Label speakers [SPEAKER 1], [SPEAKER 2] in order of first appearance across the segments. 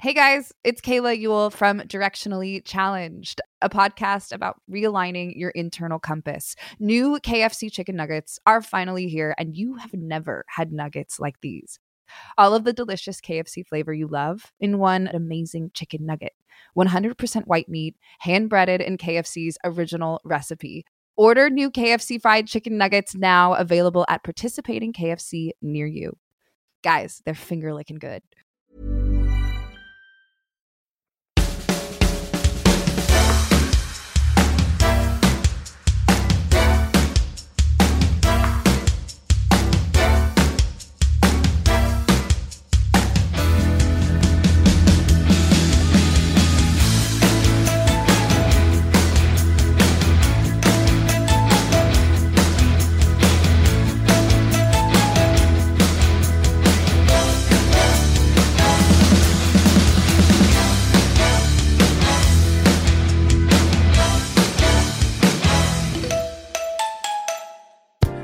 [SPEAKER 1] Hey guys, it's Kayla Yule from Directionally Challenged, a podcast about realigning your internal compass. New KFC chicken nuggets are finally here, and you have never had nuggets like these. All of the delicious KFC flavor you love in one amazing chicken nugget. 100% white meat, hand breaded in KFC's original recipe. Order new KFC fried chicken nuggets now, available at participating KFC near you. Guys, they're finger licking good.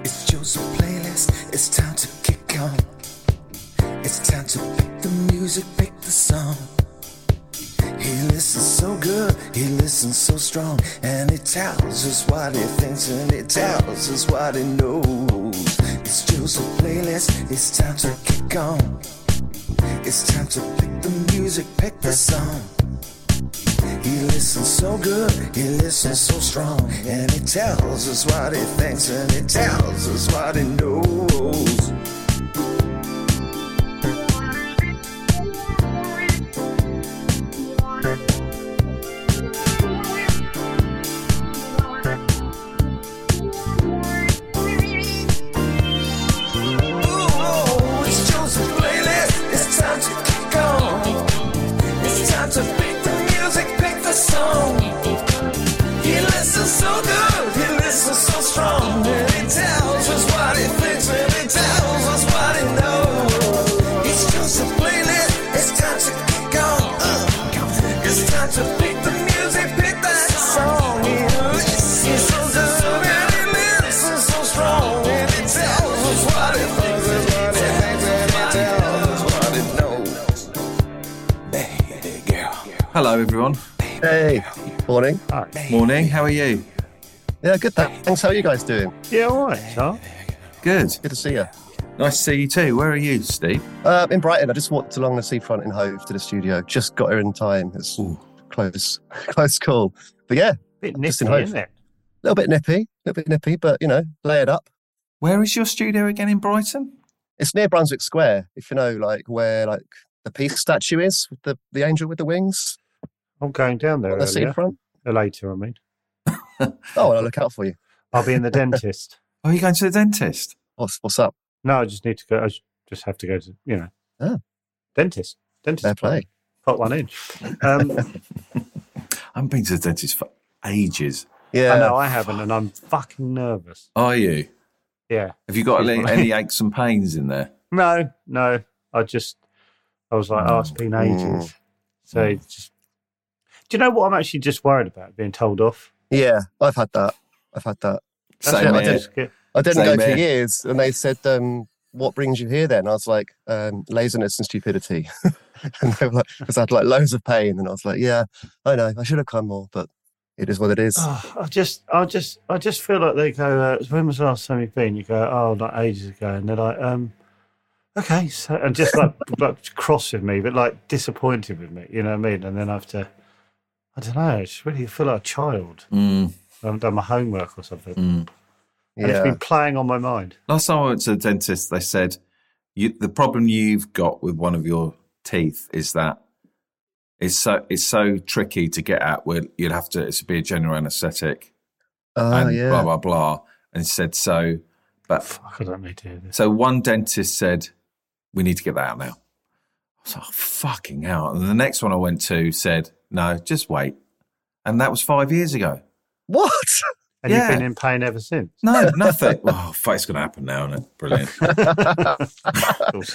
[SPEAKER 2] It's Joe's playlist. It's time to kick on. It's time to pick the music, pick the song. He listens so good, he listens so strong, and he tells us what he thinks and he tells us what he knows. It's Joe's playlist. It's time to kick on. It's time to pick the music, pick the song. He listens so good, he listens so strong, and he tells us what he thinks, and he tells us what he knows. Ooh, it's Joseph's playlist. It's time to kick on. It's time to pick the music, pick the song. He listens so good, he listens so strong. And he tells us what he thinks, and he tells us what he knows. It's just a playlist, it's time to kick on. Uh, it's time to pick the music, pick the song. He listens so good, and he listens so strong. And he tells us what he thinks, and he tells us what he knows. Baby girl.
[SPEAKER 3] Hello, everyone.
[SPEAKER 4] Hey, morning.
[SPEAKER 3] Morning. How are you?
[SPEAKER 4] Yeah, good. th- Thanks. How are you guys doing?
[SPEAKER 5] Yeah, all right. Huh?
[SPEAKER 3] Good.
[SPEAKER 4] Good to see you.
[SPEAKER 3] Nice to see you too. Where are you, Steve?
[SPEAKER 4] Uh, in Brighton, I just walked along the seafront in Hove to the studio. Just got here in time. It's close, close call. But yeah, a
[SPEAKER 5] Bit
[SPEAKER 4] Just
[SPEAKER 5] nippy,
[SPEAKER 4] in
[SPEAKER 5] isn't it?
[SPEAKER 4] little bit nippy, a little bit nippy, but you know, layered up.
[SPEAKER 3] Where is your studio again in Brighton?
[SPEAKER 4] It's near Brunswick Square, if you know, like where like the peace statue is, with the the angel with the wings
[SPEAKER 5] I'm going down there
[SPEAKER 4] on the
[SPEAKER 5] earlier.
[SPEAKER 4] seafront.
[SPEAKER 5] Uh, Later, I mean.
[SPEAKER 4] Oh, I'll look out for you.
[SPEAKER 5] I'll be in the dentist.
[SPEAKER 3] Oh, are you going to the dentist?
[SPEAKER 4] What's what's up?
[SPEAKER 5] No, I just need to go. I just have to go to, you know,
[SPEAKER 4] Oh.
[SPEAKER 5] dentist. Dentist.
[SPEAKER 4] Fair play.
[SPEAKER 5] Pop one in. Um,
[SPEAKER 3] I haven't been to the dentist for ages.
[SPEAKER 4] Yeah,
[SPEAKER 5] I know I haven't, and I'm fucking nervous.
[SPEAKER 3] Are you?
[SPEAKER 5] Yeah.
[SPEAKER 3] Have you got
[SPEAKER 5] Excuse
[SPEAKER 3] any,
[SPEAKER 5] me.
[SPEAKER 3] any aches and pains in there?
[SPEAKER 5] No, no. I just, I was like, oh, it's been ages.
[SPEAKER 4] Mm.
[SPEAKER 5] So it's just, do you know what I'm actually just worried about? Being told off.
[SPEAKER 4] yeah. I've had that. I've had that.
[SPEAKER 5] That's
[SPEAKER 3] Same
[SPEAKER 5] what
[SPEAKER 4] here.
[SPEAKER 5] I just get.
[SPEAKER 4] I didn't
[SPEAKER 3] Same
[SPEAKER 4] go for
[SPEAKER 3] here.
[SPEAKER 4] years, and they said, um, "What brings you here?" Then I was like, um, "Laziness and stupidity," and they were like, "Because I had like loads of pain," and I was like, "Yeah, I know, I should have come more, but it is what it is."
[SPEAKER 5] Oh, I just, I just, I just feel like they go. Uh, when was the last time you've been? You go, oh, like ages ago, and they're like, um, okay, so, and just like, like cross with me, but like disappointed with me. You know what I mean? And then I have to, I don't know. I just really feel like a child.
[SPEAKER 3] Mm,
[SPEAKER 5] I haven't done my homework or something,
[SPEAKER 3] mm.
[SPEAKER 5] and it's
[SPEAKER 4] yeah,
[SPEAKER 5] been playing on my mind.
[SPEAKER 3] Last time I went to the dentist, they said you, the problem you've got with one of your teeth is that it's so it's so tricky to get at. Where you'd have to it's be a general anaesthetic
[SPEAKER 4] oh
[SPEAKER 3] and blah
[SPEAKER 4] yeah,
[SPEAKER 3] blah blah. And he said so, but
[SPEAKER 5] Fuck, I don't need to hear this.
[SPEAKER 3] So one dentist said, "We need to get that out now." I was like, "Fucking hell!" And the next one I went to said, "No, just wait." And that was five years ago.
[SPEAKER 4] what?
[SPEAKER 5] And you've
[SPEAKER 3] yeah.
[SPEAKER 5] been in pain ever since.
[SPEAKER 3] No, nothing. oh, fuck, it's going to happen now, isn't it? Brilliant.
[SPEAKER 5] Of course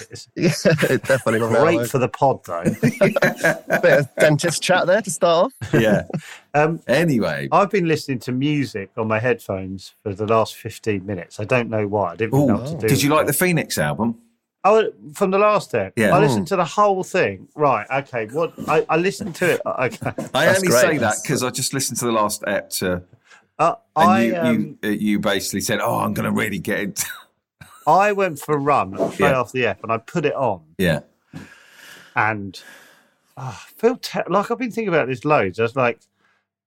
[SPEAKER 5] it is.
[SPEAKER 4] yeah, it definitely went
[SPEAKER 5] Great
[SPEAKER 4] out.
[SPEAKER 5] for the pod though.
[SPEAKER 4] A bit of dentist chat there to start off.
[SPEAKER 3] yeah.
[SPEAKER 5] Um,
[SPEAKER 3] Anyway,
[SPEAKER 5] I've been listening to music on my headphones for the last 15 minutes. I don't know why. I didn't really know
[SPEAKER 3] oh,
[SPEAKER 5] what to do.
[SPEAKER 3] did you
[SPEAKER 5] with
[SPEAKER 3] like
[SPEAKER 5] it.
[SPEAKER 3] the Phoenix album?
[SPEAKER 5] Oh, from the last step.
[SPEAKER 3] Yeah. Hmm.
[SPEAKER 5] I listened to the whole thing. Right. Okay. What I, I listened to it. uh, Okay.
[SPEAKER 3] I
[SPEAKER 4] That's
[SPEAKER 3] only
[SPEAKER 4] great.
[SPEAKER 3] say that
[SPEAKER 4] That's-
[SPEAKER 3] because I just listened to the last ep to,
[SPEAKER 5] Uh,
[SPEAKER 3] and
[SPEAKER 5] I
[SPEAKER 3] you,
[SPEAKER 5] um,
[SPEAKER 3] you you basically said, "Oh, I'm going to really get it."
[SPEAKER 5] I went for a run straight
[SPEAKER 3] Yeah.
[SPEAKER 5] off the F, and I put it on.
[SPEAKER 3] yeah,
[SPEAKER 5] and uh, feel te- like I've been thinking about this loads. I was like,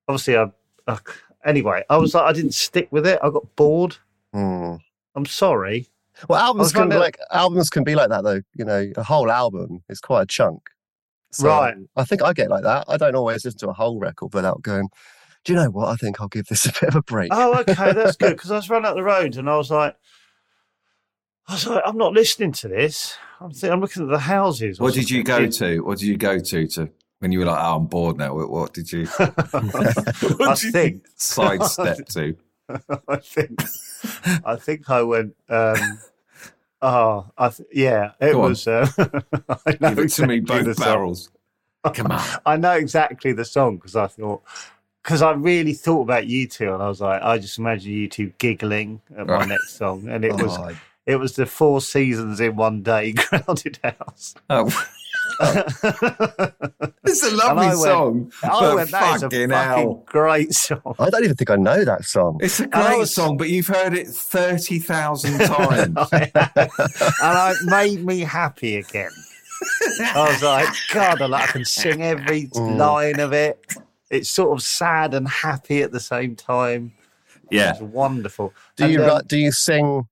[SPEAKER 5] obviously, I uh, anyway, I was like, I didn't stick with it. I got bored.
[SPEAKER 4] Hmm.
[SPEAKER 5] I'm sorry.
[SPEAKER 4] Well, albums
[SPEAKER 5] trying
[SPEAKER 4] can be
[SPEAKER 5] to-
[SPEAKER 4] like albums can be like that though. You know, a whole album is quite a chunk. So
[SPEAKER 5] Right.
[SPEAKER 4] I think I get like that. I don't always listen to a whole record without going. Do you know what? I think I'll give this a bit of a break.
[SPEAKER 5] Oh, okay, that's good because I was running up the road and I was like, I was like, I'm not listening to this. I'm thi- I'm looking at the houses. or
[SPEAKER 3] what did you go
[SPEAKER 5] something.
[SPEAKER 3] to? What did you go to to when you were like, "Oh, I'm bored now"? What, what did you? what
[SPEAKER 5] I
[SPEAKER 3] did you
[SPEAKER 5] think.
[SPEAKER 3] sidestep to?
[SPEAKER 5] I think. I think I went. Um, oh, I th- yeah, it
[SPEAKER 3] Go on.
[SPEAKER 5] was. Uh, I know
[SPEAKER 3] Give it to me
[SPEAKER 5] exactly the
[SPEAKER 3] both
[SPEAKER 5] song.
[SPEAKER 3] barrels. Come on.
[SPEAKER 5] I know exactly the song because I thought, because I really thought about you two, and I was like, I just imagine you two giggling at my
[SPEAKER 3] Right.
[SPEAKER 5] next song, and it
[SPEAKER 4] Oh,
[SPEAKER 5] was
[SPEAKER 4] I-
[SPEAKER 5] it was the Four Seasons in one day, Crowded House.
[SPEAKER 3] Oh, it's a
[SPEAKER 5] I
[SPEAKER 3] lovely
[SPEAKER 5] went-
[SPEAKER 3] song,
[SPEAKER 5] I
[SPEAKER 3] but
[SPEAKER 5] went, that is a
[SPEAKER 3] fucking
[SPEAKER 5] fucking
[SPEAKER 3] hell.
[SPEAKER 5] great song.
[SPEAKER 4] I don't even think I know that song.
[SPEAKER 3] It's a
[SPEAKER 5] I
[SPEAKER 3] great
[SPEAKER 5] was-
[SPEAKER 3] song, but you've heard it 30,000 times.
[SPEAKER 5] and it made me happy again. I was like, God, I, like, I can sing every
[SPEAKER 4] Mm.
[SPEAKER 5] line of it. It's sort of sad and happy at the same time.
[SPEAKER 3] yeah.
[SPEAKER 5] It's wonderful.
[SPEAKER 4] Do
[SPEAKER 5] And,
[SPEAKER 4] you
[SPEAKER 5] um,
[SPEAKER 4] ru- do you sing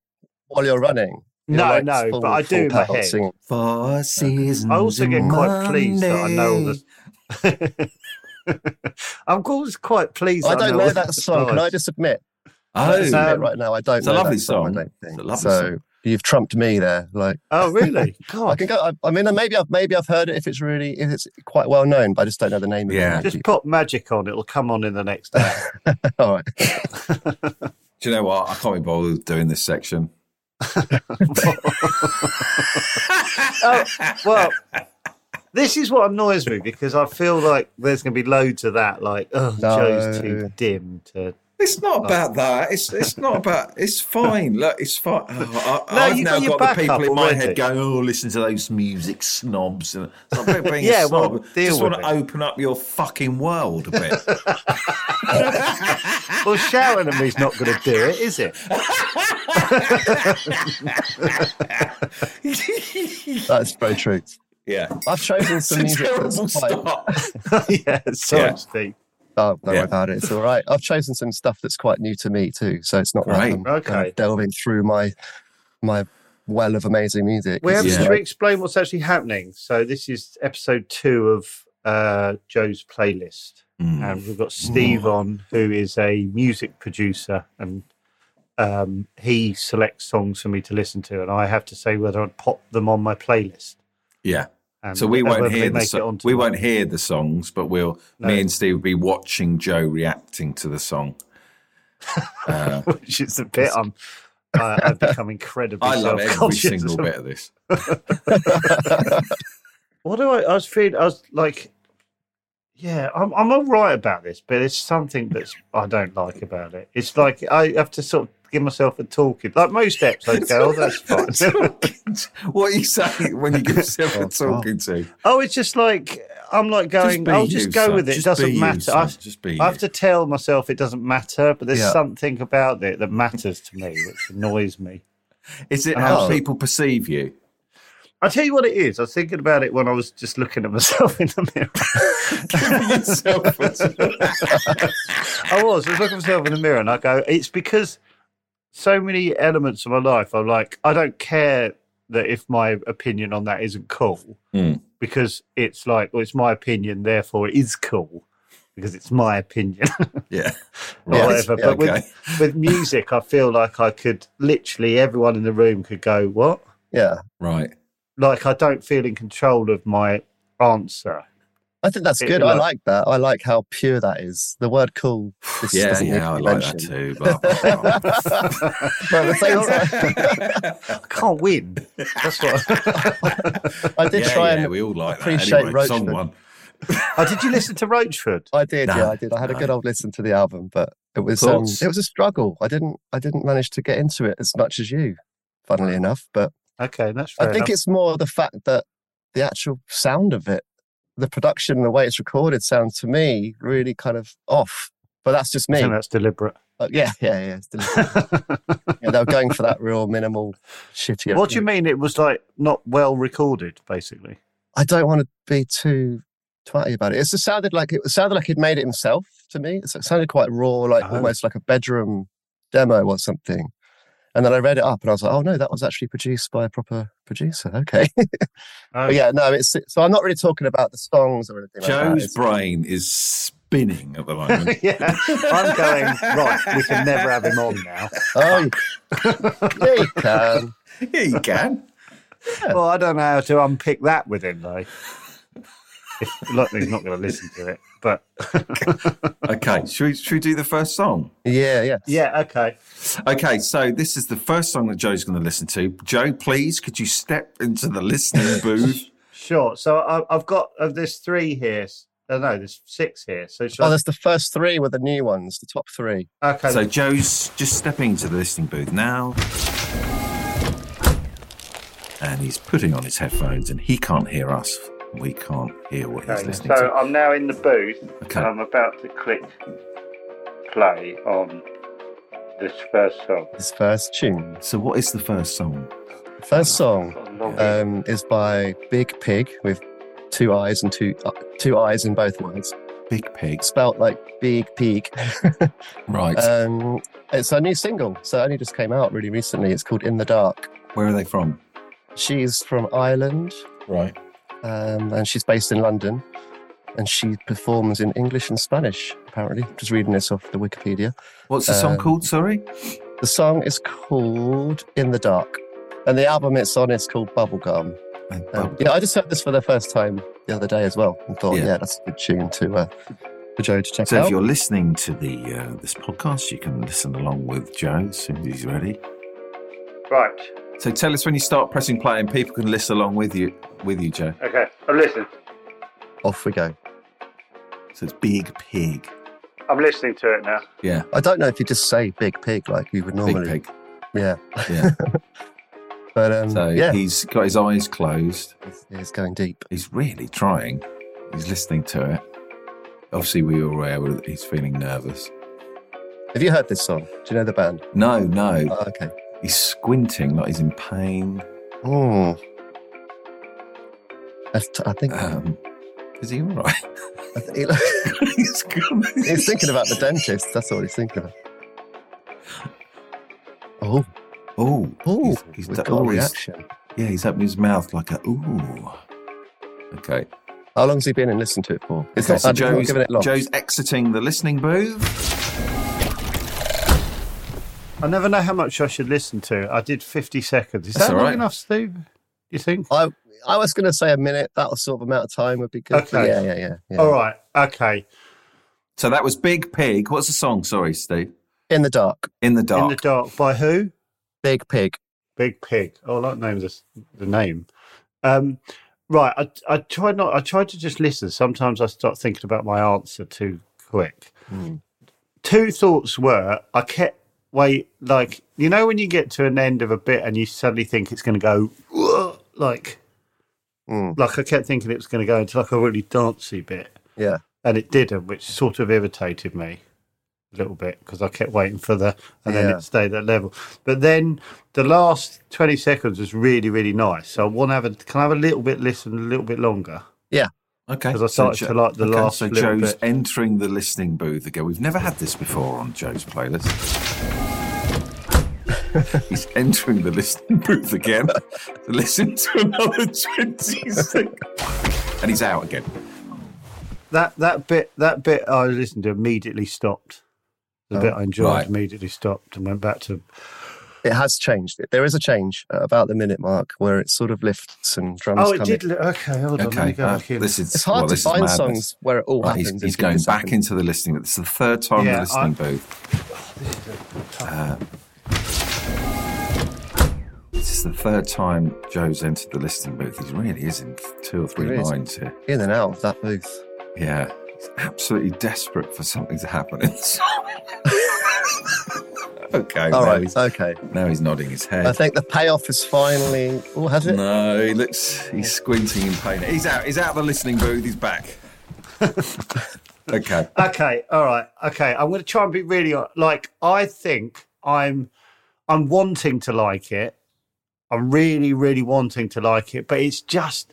[SPEAKER 4] while you're running? You're
[SPEAKER 5] No,
[SPEAKER 4] like
[SPEAKER 5] no,
[SPEAKER 4] full-
[SPEAKER 5] but I
[SPEAKER 4] full
[SPEAKER 5] do in my
[SPEAKER 4] pelt
[SPEAKER 5] head.
[SPEAKER 4] singing.
[SPEAKER 3] Four seasons.
[SPEAKER 5] I also get
[SPEAKER 3] in
[SPEAKER 5] quite pleased that I know all
[SPEAKER 3] Monday.
[SPEAKER 5] the. I'm always quite pleased.
[SPEAKER 4] I don't
[SPEAKER 5] all
[SPEAKER 4] know
[SPEAKER 5] the
[SPEAKER 4] that song. Can I
[SPEAKER 5] words.
[SPEAKER 4] just admit? Can I just
[SPEAKER 3] Oh,
[SPEAKER 5] Um,
[SPEAKER 4] admit right now, I don't
[SPEAKER 3] it's a
[SPEAKER 4] know
[SPEAKER 3] lovely
[SPEAKER 4] that song.
[SPEAKER 3] song.
[SPEAKER 4] I don't think
[SPEAKER 3] It's a lovely
[SPEAKER 4] so.
[SPEAKER 3] song.
[SPEAKER 4] You've trumped me there. Like
[SPEAKER 5] Oh, really?
[SPEAKER 4] I
[SPEAKER 5] God,
[SPEAKER 4] can go. I, I mean, maybe I've maybe I've heard it if it's really if it's quite well known, but I just don't know the name.
[SPEAKER 3] Yeah.
[SPEAKER 4] of it.
[SPEAKER 5] just put magic on. It'll come on in the next day.
[SPEAKER 4] All right.
[SPEAKER 3] do you know what? I can't be bothered doing this section.
[SPEAKER 5] oh, well, this is what annoys me because I feel like there's going to be loads of that. Like, oh,
[SPEAKER 4] No.
[SPEAKER 5] Joe's too dim to.
[SPEAKER 3] It's
[SPEAKER 5] Oh.
[SPEAKER 3] not about that. It's it's not about. It's fine. Look, it's fine. Oh, I,
[SPEAKER 5] No,
[SPEAKER 3] I've
[SPEAKER 5] you
[SPEAKER 3] now
[SPEAKER 5] got your
[SPEAKER 3] got, the
[SPEAKER 5] backup
[SPEAKER 3] people in my
[SPEAKER 5] already.
[SPEAKER 3] head going, "Oh, listen to those music snobs." And it's not about being
[SPEAKER 5] Yeah,
[SPEAKER 3] a snob.
[SPEAKER 5] well, deal
[SPEAKER 3] just
[SPEAKER 5] with
[SPEAKER 3] want to
[SPEAKER 5] it.
[SPEAKER 3] open up your fucking world a bit.
[SPEAKER 5] Well, shouting at me's not going to do it, is it?
[SPEAKER 4] That's very true.
[SPEAKER 3] yeah,
[SPEAKER 4] I've chosen
[SPEAKER 3] it's
[SPEAKER 4] some
[SPEAKER 3] a
[SPEAKER 4] music that's
[SPEAKER 3] terrible
[SPEAKER 4] quite.
[SPEAKER 3] start.
[SPEAKER 5] yeah, sorry,
[SPEAKER 3] Yeah.
[SPEAKER 5] Steve.
[SPEAKER 4] Oh, don't
[SPEAKER 3] Yeah.
[SPEAKER 4] worry about it. It's all right. I've chosen some stuff that's quite new to me too, so it's not
[SPEAKER 3] Great.
[SPEAKER 4] like I'm kind
[SPEAKER 5] Okay.
[SPEAKER 4] of delving through my my well of amazing music.
[SPEAKER 5] We
[SPEAKER 4] It's
[SPEAKER 5] have
[SPEAKER 3] Yeah.
[SPEAKER 4] just
[SPEAKER 5] to
[SPEAKER 4] like-
[SPEAKER 5] explain what's actually happening. So this is episode two of uh, Joe's playlist,
[SPEAKER 3] Mm.
[SPEAKER 5] and we've got Steve on, who is a music producer, and um, he selects songs for me to listen to, and I have to say whether I'd pop them on my playlist.
[SPEAKER 3] Yeah.
[SPEAKER 5] And
[SPEAKER 3] So we won't
[SPEAKER 5] whether um, they
[SPEAKER 3] hear the
[SPEAKER 5] make it
[SPEAKER 3] so-
[SPEAKER 5] onto
[SPEAKER 3] we
[SPEAKER 5] the-
[SPEAKER 3] won't hear the songs, but we'll
[SPEAKER 5] No.
[SPEAKER 3] me and Steve will be watching Joe reacting to the song. Uh,
[SPEAKER 5] which is the bit I'm. I, I've become incredibly.
[SPEAKER 3] I love every
[SPEAKER 5] self-conscious
[SPEAKER 3] single
[SPEAKER 5] about.
[SPEAKER 3] bit of this.
[SPEAKER 5] What do I? I was feeling. I was like, yeah, I'm I'm all right about this, but it's something that's I don't like about it. It's like I have to sort of give myself a talking. Like most steps, I go, oh, that's fine.
[SPEAKER 3] what are you saying when you give yourself a talking to?
[SPEAKER 5] oh, it's just like I'm like going.
[SPEAKER 3] be
[SPEAKER 5] I'll just
[SPEAKER 3] you,
[SPEAKER 5] go
[SPEAKER 3] son.
[SPEAKER 5] with it.
[SPEAKER 3] Just
[SPEAKER 5] it doesn't
[SPEAKER 3] be you,
[SPEAKER 5] matter. I,
[SPEAKER 3] son. Just be
[SPEAKER 5] I have
[SPEAKER 3] you.
[SPEAKER 5] to tell myself it doesn't matter, but there's
[SPEAKER 4] Yeah.
[SPEAKER 5] something about it that matters to me, which annoys me.
[SPEAKER 3] Is it how
[SPEAKER 4] Oh.
[SPEAKER 3] people perceive you?
[SPEAKER 5] I'll tell you what it is. I was thinking about it when I was just looking at myself in the mirror.
[SPEAKER 3] Yourself as-
[SPEAKER 5] I was. I was looking at myself in the mirror and I go, it's because so many elements of my life I'm like, I don't care that if my opinion on that isn't cool
[SPEAKER 3] Hmm.
[SPEAKER 5] because it's like, well, it's my opinion, therefore it is cool because it's my opinion
[SPEAKER 3] yeah.
[SPEAKER 5] or
[SPEAKER 4] Yes,
[SPEAKER 5] whatever.
[SPEAKER 4] yeah,
[SPEAKER 5] but
[SPEAKER 3] okay.
[SPEAKER 5] with, with music, I feel like I could literally, everyone in the room could go, what?
[SPEAKER 4] yeah.
[SPEAKER 3] Right.
[SPEAKER 5] Like, I don't feel in control of my answer.
[SPEAKER 4] I think that's
[SPEAKER 5] It-
[SPEAKER 4] good.
[SPEAKER 5] it
[SPEAKER 4] I
[SPEAKER 5] like-
[SPEAKER 4] like that. I like how pure that is. The word cool. This
[SPEAKER 3] Yeah,
[SPEAKER 4] doesn't need
[SPEAKER 3] yeah, I
[SPEAKER 4] to be
[SPEAKER 3] like that
[SPEAKER 4] mentioned.
[SPEAKER 3] too. oh. Blah, blah, blah.
[SPEAKER 4] But at the same time,
[SPEAKER 5] I can't win. That's what.
[SPEAKER 4] I did
[SPEAKER 3] yeah,
[SPEAKER 4] try
[SPEAKER 3] yeah,
[SPEAKER 4] and
[SPEAKER 3] we all like that.
[SPEAKER 4] appreciate
[SPEAKER 3] Anyway, it's on
[SPEAKER 4] Roachman.
[SPEAKER 3] one.
[SPEAKER 5] oh, did you listen to Roachford?
[SPEAKER 4] I did,
[SPEAKER 3] No,
[SPEAKER 4] yeah, I did. I had a
[SPEAKER 3] no.
[SPEAKER 4] good old listen to the album, but it was um,
[SPEAKER 3] Thoughts?
[SPEAKER 4] it was a struggle. I didn't I didn't manage to get into it as much as you, funnily enough. But
[SPEAKER 5] Okay, that's fair
[SPEAKER 4] I think
[SPEAKER 5] enough.
[SPEAKER 4] it's more the fact that the actual sound of it, the production and the way it's recorded sounds to me really kind of off. But that's just
[SPEAKER 5] I
[SPEAKER 4] me.
[SPEAKER 5] think that's deliberate.
[SPEAKER 4] Uh, yeah, yeah, yeah. it's deliberate. Yeah, they were going for that real minimal shitty.
[SPEAKER 5] what do
[SPEAKER 4] approach.
[SPEAKER 5] you mean? It was like not well recorded, basically.
[SPEAKER 4] I don't want to be too twatty about it. It just sounded like it sounded like he'd made it himself to me. It sounded quite raw, like
[SPEAKER 5] Oh.
[SPEAKER 4] almost like a bedroom demo or something. And then I read it up and I was like, oh no, that was actually produced by a proper producer. Okay.
[SPEAKER 5] Oh,
[SPEAKER 4] But yeah, no, it's so I'm not really talking about the songs or anything like that.
[SPEAKER 3] Joe's
[SPEAKER 4] It's-
[SPEAKER 3] brain is spinning at the moment.
[SPEAKER 5] yeah. I'm going right. We can never have him on now.
[SPEAKER 4] Oh, you- yeah, oh, you can.
[SPEAKER 3] yeah, you can.
[SPEAKER 5] Well, I don't know how to unpick that with him though. If, look, he's not going to listen to it. But
[SPEAKER 3] Okay, should we, should we do the first song?
[SPEAKER 4] Yeah, yeah.
[SPEAKER 5] yeah, okay.
[SPEAKER 3] Okay, so this is the first song that Joe's going to listen to. Joe, please, could you step into the listening booth?
[SPEAKER 5] Sure. So I, I've got of there's three here. s- Oh, no, there's six here. So shall
[SPEAKER 4] Oh,
[SPEAKER 5] I-
[SPEAKER 4] that's the first three were the new ones, the top three.
[SPEAKER 5] okay.
[SPEAKER 3] so Joe's just stepping into the listening booth now. And he's putting on his headphones and he can't hear us. We can't hear what he's
[SPEAKER 5] okay.
[SPEAKER 3] listening to.
[SPEAKER 5] So um, I'm now in the booth.
[SPEAKER 3] Okay.
[SPEAKER 5] And I'm about to click play on this first song.
[SPEAKER 4] This first tune.
[SPEAKER 3] So what is the first song?
[SPEAKER 4] First
[SPEAKER 3] Oh,
[SPEAKER 4] song
[SPEAKER 5] Log in.
[SPEAKER 4] um, is by Big Pig with two eyes and two uh, two eyes in both words,
[SPEAKER 3] Big Pigs. Uh,
[SPEAKER 4] spelt like Big Pig.
[SPEAKER 3] Right.
[SPEAKER 4] um, it's a new single, so it only just came out really recently. It's called In the Dark.
[SPEAKER 3] Where are they from?
[SPEAKER 4] She's from Ireland,
[SPEAKER 3] Right.
[SPEAKER 4] um, and she's based in London, and she performs in English and Spanish. Apparently, just reading this off the Wikipedia.
[SPEAKER 3] What's the song
[SPEAKER 4] Um,
[SPEAKER 3] called? Sorry.
[SPEAKER 4] The song is called In the Dark, and the album it's on is called Bubblegum.
[SPEAKER 3] And
[SPEAKER 4] Um,
[SPEAKER 3] Bub-
[SPEAKER 4] yeah, I just heard this for the first time the other day as well, and thought,
[SPEAKER 3] Yeah.
[SPEAKER 4] yeah, that's a good tune to uh, for Joe to check
[SPEAKER 3] So if
[SPEAKER 4] out.
[SPEAKER 3] you're listening to the uh, this podcast, you can listen along with Joe as soon as he's ready.
[SPEAKER 5] Right.
[SPEAKER 3] So tell us when you start pressing play, and people can listen along with you, with you, Joe.
[SPEAKER 5] Okay. I'm listening.
[SPEAKER 4] Off we go.
[SPEAKER 3] So it's Big Pig.
[SPEAKER 5] I'm listening to it now.
[SPEAKER 3] Yeah,
[SPEAKER 4] I don't know if you just say "big pig" like you would normally.
[SPEAKER 3] Big Pig.
[SPEAKER 4] Yeah,
[SPEAKER 3] Yeah.
[SPEAKER 4] but um,
[SPEAKER 3] So
[SPEAKER 4] yeah,
[SPEAKER 3] he's got his eyes closed.
[SPEAKER 4] he's, he's going deep.
[SPEAKER 3] He's really trying. He's listening to it. Obviously, we were aware that he's feeling nervous.
[SPEAKER 4] Have you heard this song? Do you know the band?
[SPEAKER 3] No, no.
[SPEAKER 4] Oh, okay.
[SPEAKER 3] He's squinting like he's in pain.
[SPEAKER 4] Hmm. I th- I think
[SPEAKER 3] Um, is he all right?
[SPEAKER 4] I th- he-
[SPEAKER 3] he's, gone.
[SPEAKER 4] he's thinking about the dentist. That's all he's thinking about. Oh,
[SPEAKER 3] Oh,
[SPEAKER 4] oh,
[SPEAKER 3] he's, he's
[SPEAKER 4] we've
[SPEAKER 3] done-
[SPEAKER 4] got
[SPEAKER 3] oh, he's-
[SPEAKER 4] a reaction.
[SPEAKER 3] Yeah, he's opening his mouth like a ooh. Okay.
[SPEAKER 4] How long's he been and listened to it for? It's
[SPEAKER 3] okay,
[SPEAKER 4] not,
[SPEAKER 3] so
[SPEAKER 4] I've not
[SPEAKER 3] Joe's,
[SPEAKER 4] given it long.
[SPEAKER 3] Joe's exiting the listening booth.
[SPEAKER 5] I never know how much I should listen to. I did 50 seconds. Is
[SPEAKER 3] That's
[SPEAKER 5] that
[SPEAKER 3] all
[SPEAKER 5] long
[SPEAKER 3] right.
[SPEAKER 5] enough, Steve? You think?
[SPEAKER 4] I I was going to say a minute. That sort of amount of time would be good. but
[SPEAKER 5] Okay.
[SPEAKER 4] Yeah, yeah, yeah. yeah.
[SPEAKER 5] All right. Okay.
[SPEAKER 3] So that was Big Pig. What's the song? Sorry, Steve.
[SPEAKER 4] In the dark,
[SPEAKER 3] In the dark.
[SPEAKER 5] In the dark by who?
[SPEAKER 4] big pig.
[SPEAKER 5] Big Pig. Oh, I like the name of this, the name. Um, right. I, I try not. I try to just listen. Sometimes I start thinking about my answer too quick. Two thoughts were I kept wait like you know when you get to an end of a bit and you suddenly think it's going to go "Whoa," like
[SPEAKER 4] Mm,
[SPEAKER 5] like I kept thinking it was going to go into like a really dancey bit.
[SPEAKER 4] yeah.
[SPEAKER 5] and it didn't, which sort of irritated me a little bit because I kept waiting for the, and then
[SPEAKER 4] Yeah.
[SPEAKER 5] it stayed at level. But then the last twenty seconds was really, really nice. So I want to have a, can I have a little bit listen, a little bit longer?
[SPEAKER 3] Okay.
[SPEAKER 5] 'Cause I started to like the last
[SPEAKER 3] So
[SPEAKER 5] little
[SPEAKER 3] Joe's
[SPEAKER 5] bit.
[SPEAKER 3] entering the listening booth again. We've never had this before on Joe's playlist. He's entering the listening booth again to listen to another 20 seconds. And he's out again.
[SPEAKER 5] That that bit, that bit I listened to immediately stopped. The bit I enjoyed
[SPEAKER 3] Oh, right.
[SPEAKER 5] immediately stopped and went back to.
[SPEAKER 4] It has changed. There is a change at about the minute mark where it sort of lifts and drums.
[SPEAKER 5] Oh, it
[SPEAKER 4] come
[SPEAKER 5] did.
[SPEAKER 4] In.
[SPEAKER 5] li- Okay, hold on. Let me
[SPEAKER 3] Okay.
[SPEAKER 5] go
[SPEAKER 3] uh,
[SPEAKER 5] back in.
[SPEAKER 3] this is
[SPEAKER 4] It's hard
[SPEAKER 3] well,
[SPEAKER 4] to
[SPEAKER 3] this is
[SPEAKER 4] find
[SPEAKER 3] madness.
[SPEAKER 4] songs where it all
[SPEAKER 3] Right,
[SPEAKER 4] happens.
[SPEAKER 3] he's,
[SPEAKER 4] in
[SPEAKER 3] he's going
[SPEAKER 4] 50
[SPEAKER 3] back
[SPEAKER 4] seconds.
[SPEAKER 3] into the listening booth. This is the third time
[SPEAKER 5] Yeah,
[SPEAKER 3] the listening
[SPEAKER 5] I-
[SPEAKER 3] booth. Uh, this is the third time Joe's entered the listening booth. He really is in two or three
[SPEAKER 4] He is.
[SPEAKER 3] lines here.
[SPEAKER 4] in and out of that booth.
[SPEAKER 3] Yeah, he's absolutely desperate for something to happen in the song. okay.
[SPEAKER 4] All
[SPEAKER 3] now
[SPEAKER 4] right.
[SPEAKER 3] he's-
[SPEAKER 4] Okay.
[SPEAKER 3] now he's nodding his head.
[SPEAKER 4] I think the payoff is finally. Oh, has it?
[SPEAKER 3] No, he looks. He's squinting in pain. He's out. He's out of the listening booth. He's back. okay.
[SPEAKER 5] Okay, all right. Okay, I'm going to try and be really hon- like I think I'm I'm wanting to like it. I'm really really wanting to like it, but it's just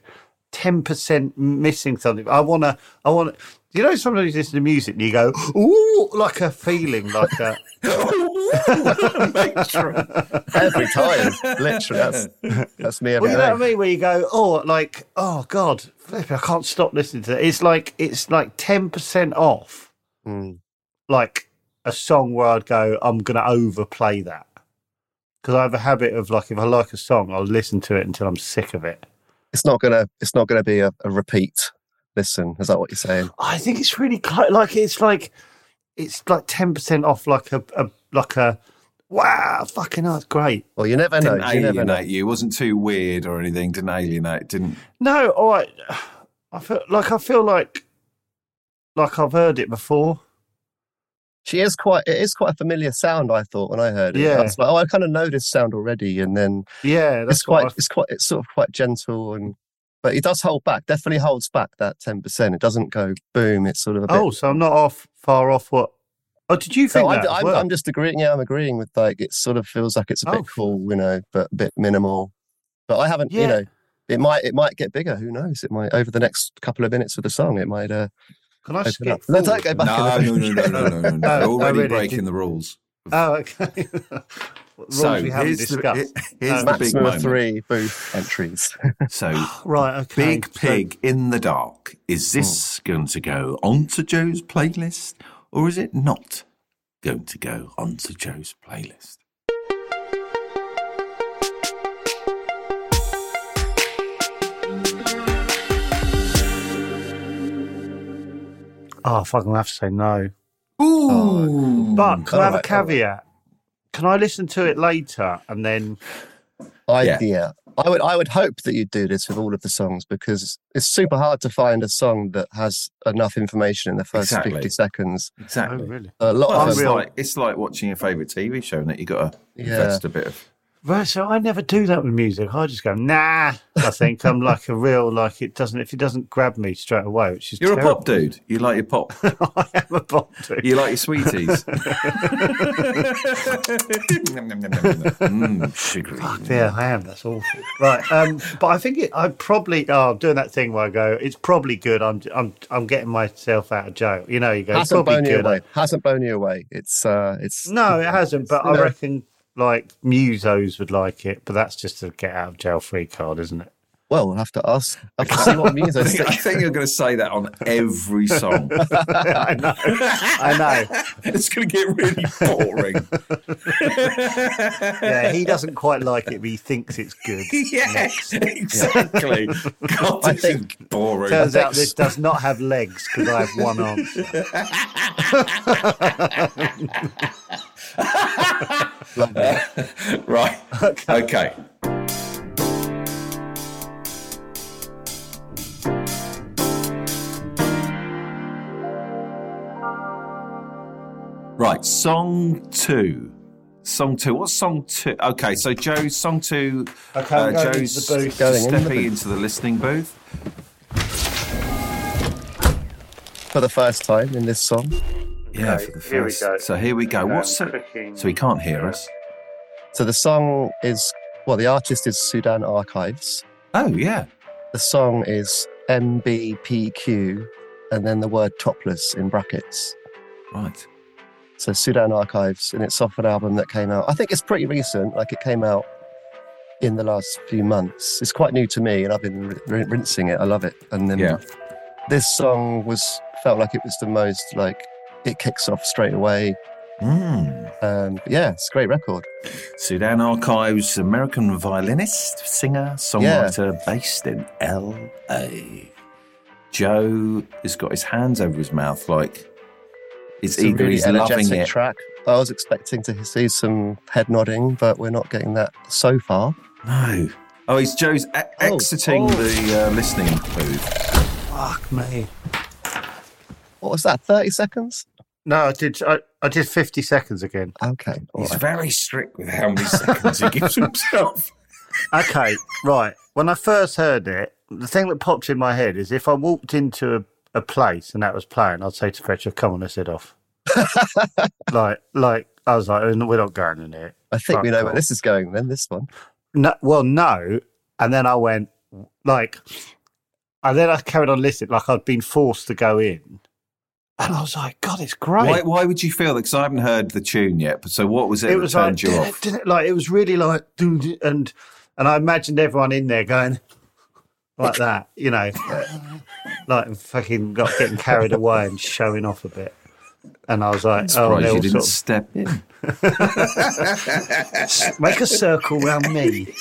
[SPEAKER 5] 10% missing something. I want to I want to you know sometimes you listen to music and you go ooh like a feeling like a
[SPEAKER 4] Every time. Literally. That's, that's me every
[SPEAKER 5] Well,
[SPEAKER 4] day.
[SPEAKER 5] you know what I mean? Where you go, oh, like, oh God, flipping, I can't stop listening to it. It's like it's like ten percent off,
[SPEAKER 4] Mm.
[SPEAKER 5] like a song where I'd go, I'm gonna overplay that because I have a habit of like, if I like a song, I'll listen to it until I'm sick of it.
[SPEAKER 4] It's not gonna. It's not gonna be a, a repeat. Listen, is that what you're saying?
[SPEAKER 5] I think it's really cl- like it's like it's like ten percent off, like a, a like a wow, fucking that's great.
[SPEAKER 4] Well, you never know.
[SPEAKER 3] Didn't
[SPEAKER 4] You never know.
[SPEAKER 3] alienate you. It wasn't too weird or anything. Didn't alienate. Didn't.
[SPEAKER 5] No, all right. I feel like I feel like like I've heard it before.
[SPEAKER 4] She is quite. It is quite a familiar sound. I thought when I heard it.
[SPEAKER 5] Yeah.
[SPEAKER 4] I was like, oh, I kind of know this sound already. And then
[SPEAKER 5] Yeah, that's
[SPEAKER 4] it's
[SPEAKER 5] what I
[SPEAKER 4] quite. It's quite. It's sort of quite gentle and. But it does hold back. Definitely holds back that ten percent. It doesn't go boom. It's sort of a bit.
[SPEAKER 5] Oh, so I'm not off far off what? Oh, did you think
[SPEAKER 4] So I'm,
[SPEAKER 5] that? as
[SPEAKER 4] I'm,
[SPEAKER 5] well?
[SPEAKER 4] I'm just agreeing. Yeah, I'm agreeing with like it sort of feels like it's a
[SPEAKER 5] Oh.
[SPEAKER 4] bit cool, you know, but a bit minimal. But I haven't,
[SPEAKER 5] Yeah.
[SPEAKER 4] you know, it might it might get bigger. Who knows? It might over the next couple of minutes of the song, it might uh,
[SPEAKER 5] Can I
[SPEAKER 4] open up.
[SPEAKER 5] skip?
[SPEAKER 4] No, don't
[SPEAKER 5] forward?
[SPEAKER 4] go
[SPEAKER 3] No,
[SPEAKER 4] back.
[SPEAKER 3] no,
[SPEAKER 4] in
[SPEAKER 3] no, no,
[SPEAKER 4] the-
[SPEAKER 3] no, no, no. no.
[SPEAKER 5] Oh,
[SPEAKER 3] We're already
[SPEAKER 5] oh, really?
[SPEAKER 3] breaking the rules.
[SPEAKER 5] Oh, okay. What
[SPEAKER 3] So
[SPEAKER 5] rules we haven't
[SPEAKER 3] here's the,
[SPEAKER 5] discussed.
[SPEAKER 3] he- here's
[SPEAKER 5] Um,
[SPEAKER 3] the big
[SPEAKER 4] Maximum of
[SPEAKER 3] moment.
[SPEAKER 4] three booth entries.
[SPEAKER 3] So
[SPEAKER 5] right, okay.
[SPEAKER 3] Big
[SPEAKER 5] so-
[SPEAKER 3] Pig in the Dark. Is this going to go onto Joe's playlist or is it not going to go onto Joe's playlist?
[SPEAKER 5] Oh, fuck, I'm going to have to say no.
[SPEAKER 3] Ooh.
[SPEAKER 5] But can I have a
[SPEAKER 4] Alright, alright.
[SPEAKER 5] caveat? Can I listen to it later and then?
[SPEAKER 4] I
[SPEAKER 3] Yeah.
[SPEAKER 4] yeah. I would I would hope that you'd do this with all of the songs because it's super hard to find a song that has enough information in the first
[SPEAKER 3] Exactly.
[SPEAKER 4] fifty seconds.
[SPEAKER 5] Oh,
[SPEAKER 3] exactly.
[SPEAKER 5] really?
[SPEAKER 4] A lot
[SPEAKER 3] Well,
[SPEAKER 4] of
[SPEAKER 3] it's
[SPEAKER 4] them,
[SPEAKER 5] Unreal.
[SPEAKER 3] like it's like watching your favourite TV show, and that you got to
[SPEAKER 4] Yeah.
[SPEAKER 3] invest a bit of.
[SPEAKER 5] Right, so I never do that with music. I just go nah. I think I'm like a real like it doesn't if it doesn't grab me straight away, which is
[SPEAKER 3] You're a
[SPEAKER 5] terrible.
[SPEAKER 3] pop dude. You like your pop.
[SPEAKER 5] I am a pop dude.
[SPEAKER 3] You like your sweeties. mm, sugary.
[SPEAKER 5] Yeah, I am. That's awful. right, um, but I think it, I probably oh, I'm doing that thing where I go, it's probably good. I'm I'm I'm getting myself out of jail. You know, you go, it's
[SPEAKER 4] hasn't
[SPEAKER 5] probably
[SPEAKER 4] blown you
[SPEAKER 5] good. eh?
[SPEAKER 4] away. Hasn't blown you away. It's uh, it's
[SPEAKER 5] No, it hasn't. But
[SPEAKER 4] you
[SPEAKER 5] I
[SPEAKER 4] know.
[SPEAKER 5] reckon like musos would like it. But that's just a get out of jail free card, isn't it?
[SPEAKER 4] Well, we'll have to ask. I can see what
[SPEAKER 3] I
[SPEAKER 4] music.
[SPEAKER 3] think, I think you're going to say that on every song.
[SPEAKER 5] I know. I know.
[SPEAKER 3] it's going to get really boring.
[SPEAKER 5] Yeah, he doesn't quite like it, but he thinks it's good.
[SPEAKER 3] yeah, exactly. God,
[SPEAKER 4] I
[SPEAKER 3] this is
[SPEAKER 4] think-
[SPEAKER 3] boring.
[SPEAKER 5] Turns out this does not have legs because I have one arm.
[SPEAKER 3] right. Okay. Right, song two. Song two. What's song two? Okay, so Joe's song two. uh,
[SPEAKER 5] Okay, I'm going into
[SPEAKER 3] Joe's
[SPEAKER 5] the
[SPEAKER 3] just
[SPEAKER 5] booth.
[SPEAKER 4] Going in the
[SPEAKER 3] stepping
[SPEAKER 4] booth.
[SPEAKER 3] into the listening booth.
[SPEAKER 4] for the first time in this song.
[SPEAKER 3] Yeah, for the first.
[SPEAKER 5] here we go.
[SPEAKER 3] So here we go. What's so,
[SPEAKER 5] clicking-
[SPEAKER 3] so he can't hear us?
[SPEAKER 4] So the song is well, the artist is Sudan Archives.
[SPEAKER 3] Oh yeah.
[SPEAKER 4] The song is MBPQ, and then the word topless in brackets.
[SPEAKER 3] Right.
[SPEAKER 4] So Sudan Archives, and it's off an album that came out. I think it's pretty recent. Like it came out in the last few months. It's quite new to me, and I've been r- rinsing it. I love it. And then
[SPEAKER 3] Yeah.
[SPEAKER 4] this song was felt like it was the most like it kicks off straight away.
[SPEAKER 3] Mm.
[SPEAKER 4] Um, but yeah, it's a great record.
[SPEAKER 3] Sudan Archives, American violinist, singer, songwriter based in LA. Joe has got his hands over his mouth like it's,
[SPEAKER 4] It's a
[SPEAKER 3] either
[SPEAKER 4] really
[SPEAKER 3] he's
[SPEAKER 4] energetic
[SPEAKER 3] loving it.
[SPEAKER 4] track. I was expecting to see some head nodding, but we're not getting that so far.
[SPEAKER 3] no. Oh, he's Joe's e- exiting
[SPEAKER 4] oh.
[SPEAKER 3] the uh, listening booth.
[SPEAKER 5] Fuck me.
[SPEAKER 4] What was that? Thirty seconds?
[SPEAKER 5] No, I did. I, I did 50 seconds again.
[SPEAKER 4] Okay. all
[SPEAKER 3] He's
[SPEAKER 4] right.
[SPEAKER 3] very strict with how many seconds he gives himself.
[SPEAKER 5] Okay, right. When I first heard it, the thing that popped in my head is if I walked into a, a place and that was playing, I'd say to Petra, come on, let's head off. like, like I was like, "Oh, we're not going in here.
[SPEAKER 4] I think we
[SPEAKER 5] Fuck
[SPEAKER 4] know
[SPEAKER 5] off.
[SPEAKER 4] where this is going then, this one.
[SPEAKER 5] No, well, no. And then I went, like, and then I carried on listening, like I'd been forced to go in. And I was like, God, it's great.
[SPEAKER 3] Why, why would you feel that? Because I haven't heard the tune yet. But so what was it,
[SPEAKER 5] it
[SPEAKER 3] that
[SPEAKER 5] was like,
[SPEAKER 3] turned you
[SPEAKER 5] did
[SPEAKER 3] off?
[SPEAKER 5] it, did it, like it was really like doo- doo- and and I imagined everyone in there going like that, you know, like fucking got getting carried away and showing off a bit. And I was like, oh,
[SPEAKER 3] Surprised
[SPEAKER 5] they'll
[SPEAKER 3] you didn't
[SPEAKER 5] sort of
[SPEAKER 3] step in.
[SPEAKER 5] make a circle round me.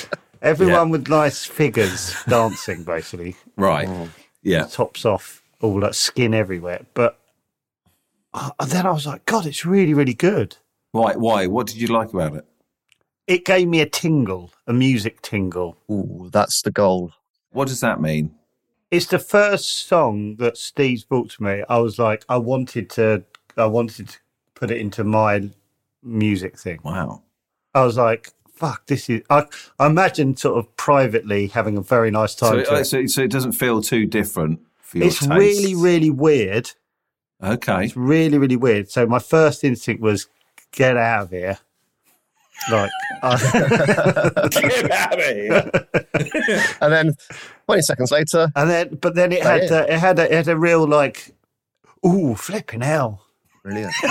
[SPEAKER 5] Everyone with nice figures dancing, basically,
[SPEAKER 3] Right.
[SPEAKER 5] Mm.
[SPEAKER 3] Yeah.
[SPEAKER 5] tops off, all that skin everywhere. But uh, and then I was like, God, it's really, really good.
[SPEAKER 3] Why? Why? What did you like about it?
[SPEAKER 5] It gave me a tingle, a music tingle.
[SPEAKER 4] Ooh, that's the goal.
[SPEAKER 3] What does that mean?
[SPEAKER 5] It's the first song that Steve's brought to me. I was like, I wanted to, I wanted to put it into my music thing.
[SPEAKER 3] Wow.
[SPEAKER 5] I was like, fuck, this is. I, I imagine sort of privately having a very nice
[SPEAKER 3] So
[SPEAKER 5] time.
[SPEAKER 3] it,
[SPEAKER 5] to it.
[SPEAKER 3] so, so it doesn't feel too different for your
[SPEAKER 5] It's
[SPEAKER 3] tastes.
[SPEAKER 5] really, really weird.
[SPEAKER 3] okay.
[SPEAKER 5] It's really, really weird. So my first instinct was, get out of here. Like, I,
[SPEAKER 3] Get out of here.
[SPEAKER 4] And then 20 seconds later,
[SPEAKER 5] and then, but then it
[SPEAKER 3] Oh,
[SPEAKER 4] That
[SPEAKER 5] had,
[SPEAKER 4] is.
[SPEAKER 5] a, it had, a, it had a real like, ooh, flipping hell.
[SPEAKER 4] brilliant.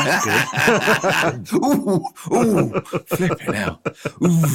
[SPEAKER 3] ooh, ooh, flipping out. Ooh.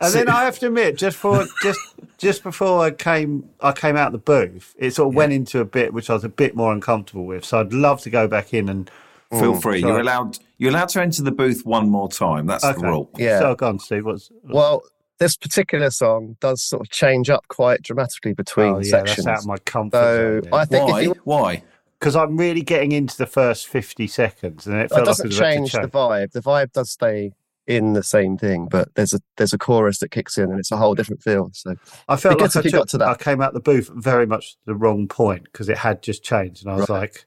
[SPEAKER 5] And then I have to admit, just for just just before I came, I came out the booth. It sort of went into a bit which I was a bit more uncomfortable with. So I'd love to go back in and.
[SPEAKER 3] Feel free. You're
[SPEAKER 5] Mm, sorry.
[SPEAKER 3] allowed. You're allowed to enter the booth one more time. That's
[SPEAKER 5] Okay.
[SPEAKER 3] the rule.
[SPEAKER 4] Yeah.
[SPEAKER 5] So go on, Steve. What's
[SPEAKER 4] Well, this particular song does sort of change up quite dramatically between
[SPEAKER 5] oh, yeah,
[SPEAKER 4] sections.
[SPEAKER 5] that's out of my comfort
[SPEAKER 4] so
[SPEAKER 5] zone.
[SPEAKER 4] I think if
[SPEAKER 3] Why?
[SPEAKER 4] you,
[SPEAKER 3] Why?
[SPEAKER 5] Because I'm really getting into the first fifty seconds, and it felt
[SPEAKER 4] it
[SPEAKER 5] like it
[SPEAKER 4] doesn't
[SPEAKER 5] was
[SPEAKER 4] change the
[SPEAKER 5] about to
[SPEAKER 4] vibe. The vibe does stay in the same thing, but there's a there's a chorus that kicks in and it's a whole different feel. So
[SPEAKER 5] I felt
[SPEAKER 4] Be good
[SPEAKER 5] like I,
[SPEAKER 4] if you
[SPEAKER 5] took-
[SPEAKER 4] got to that.
[SPEAKER 5] I came out the booth very much the wrong point because it had just changed, and I was
[SPEAKER 4] Right.
[SPEAKER 5] like,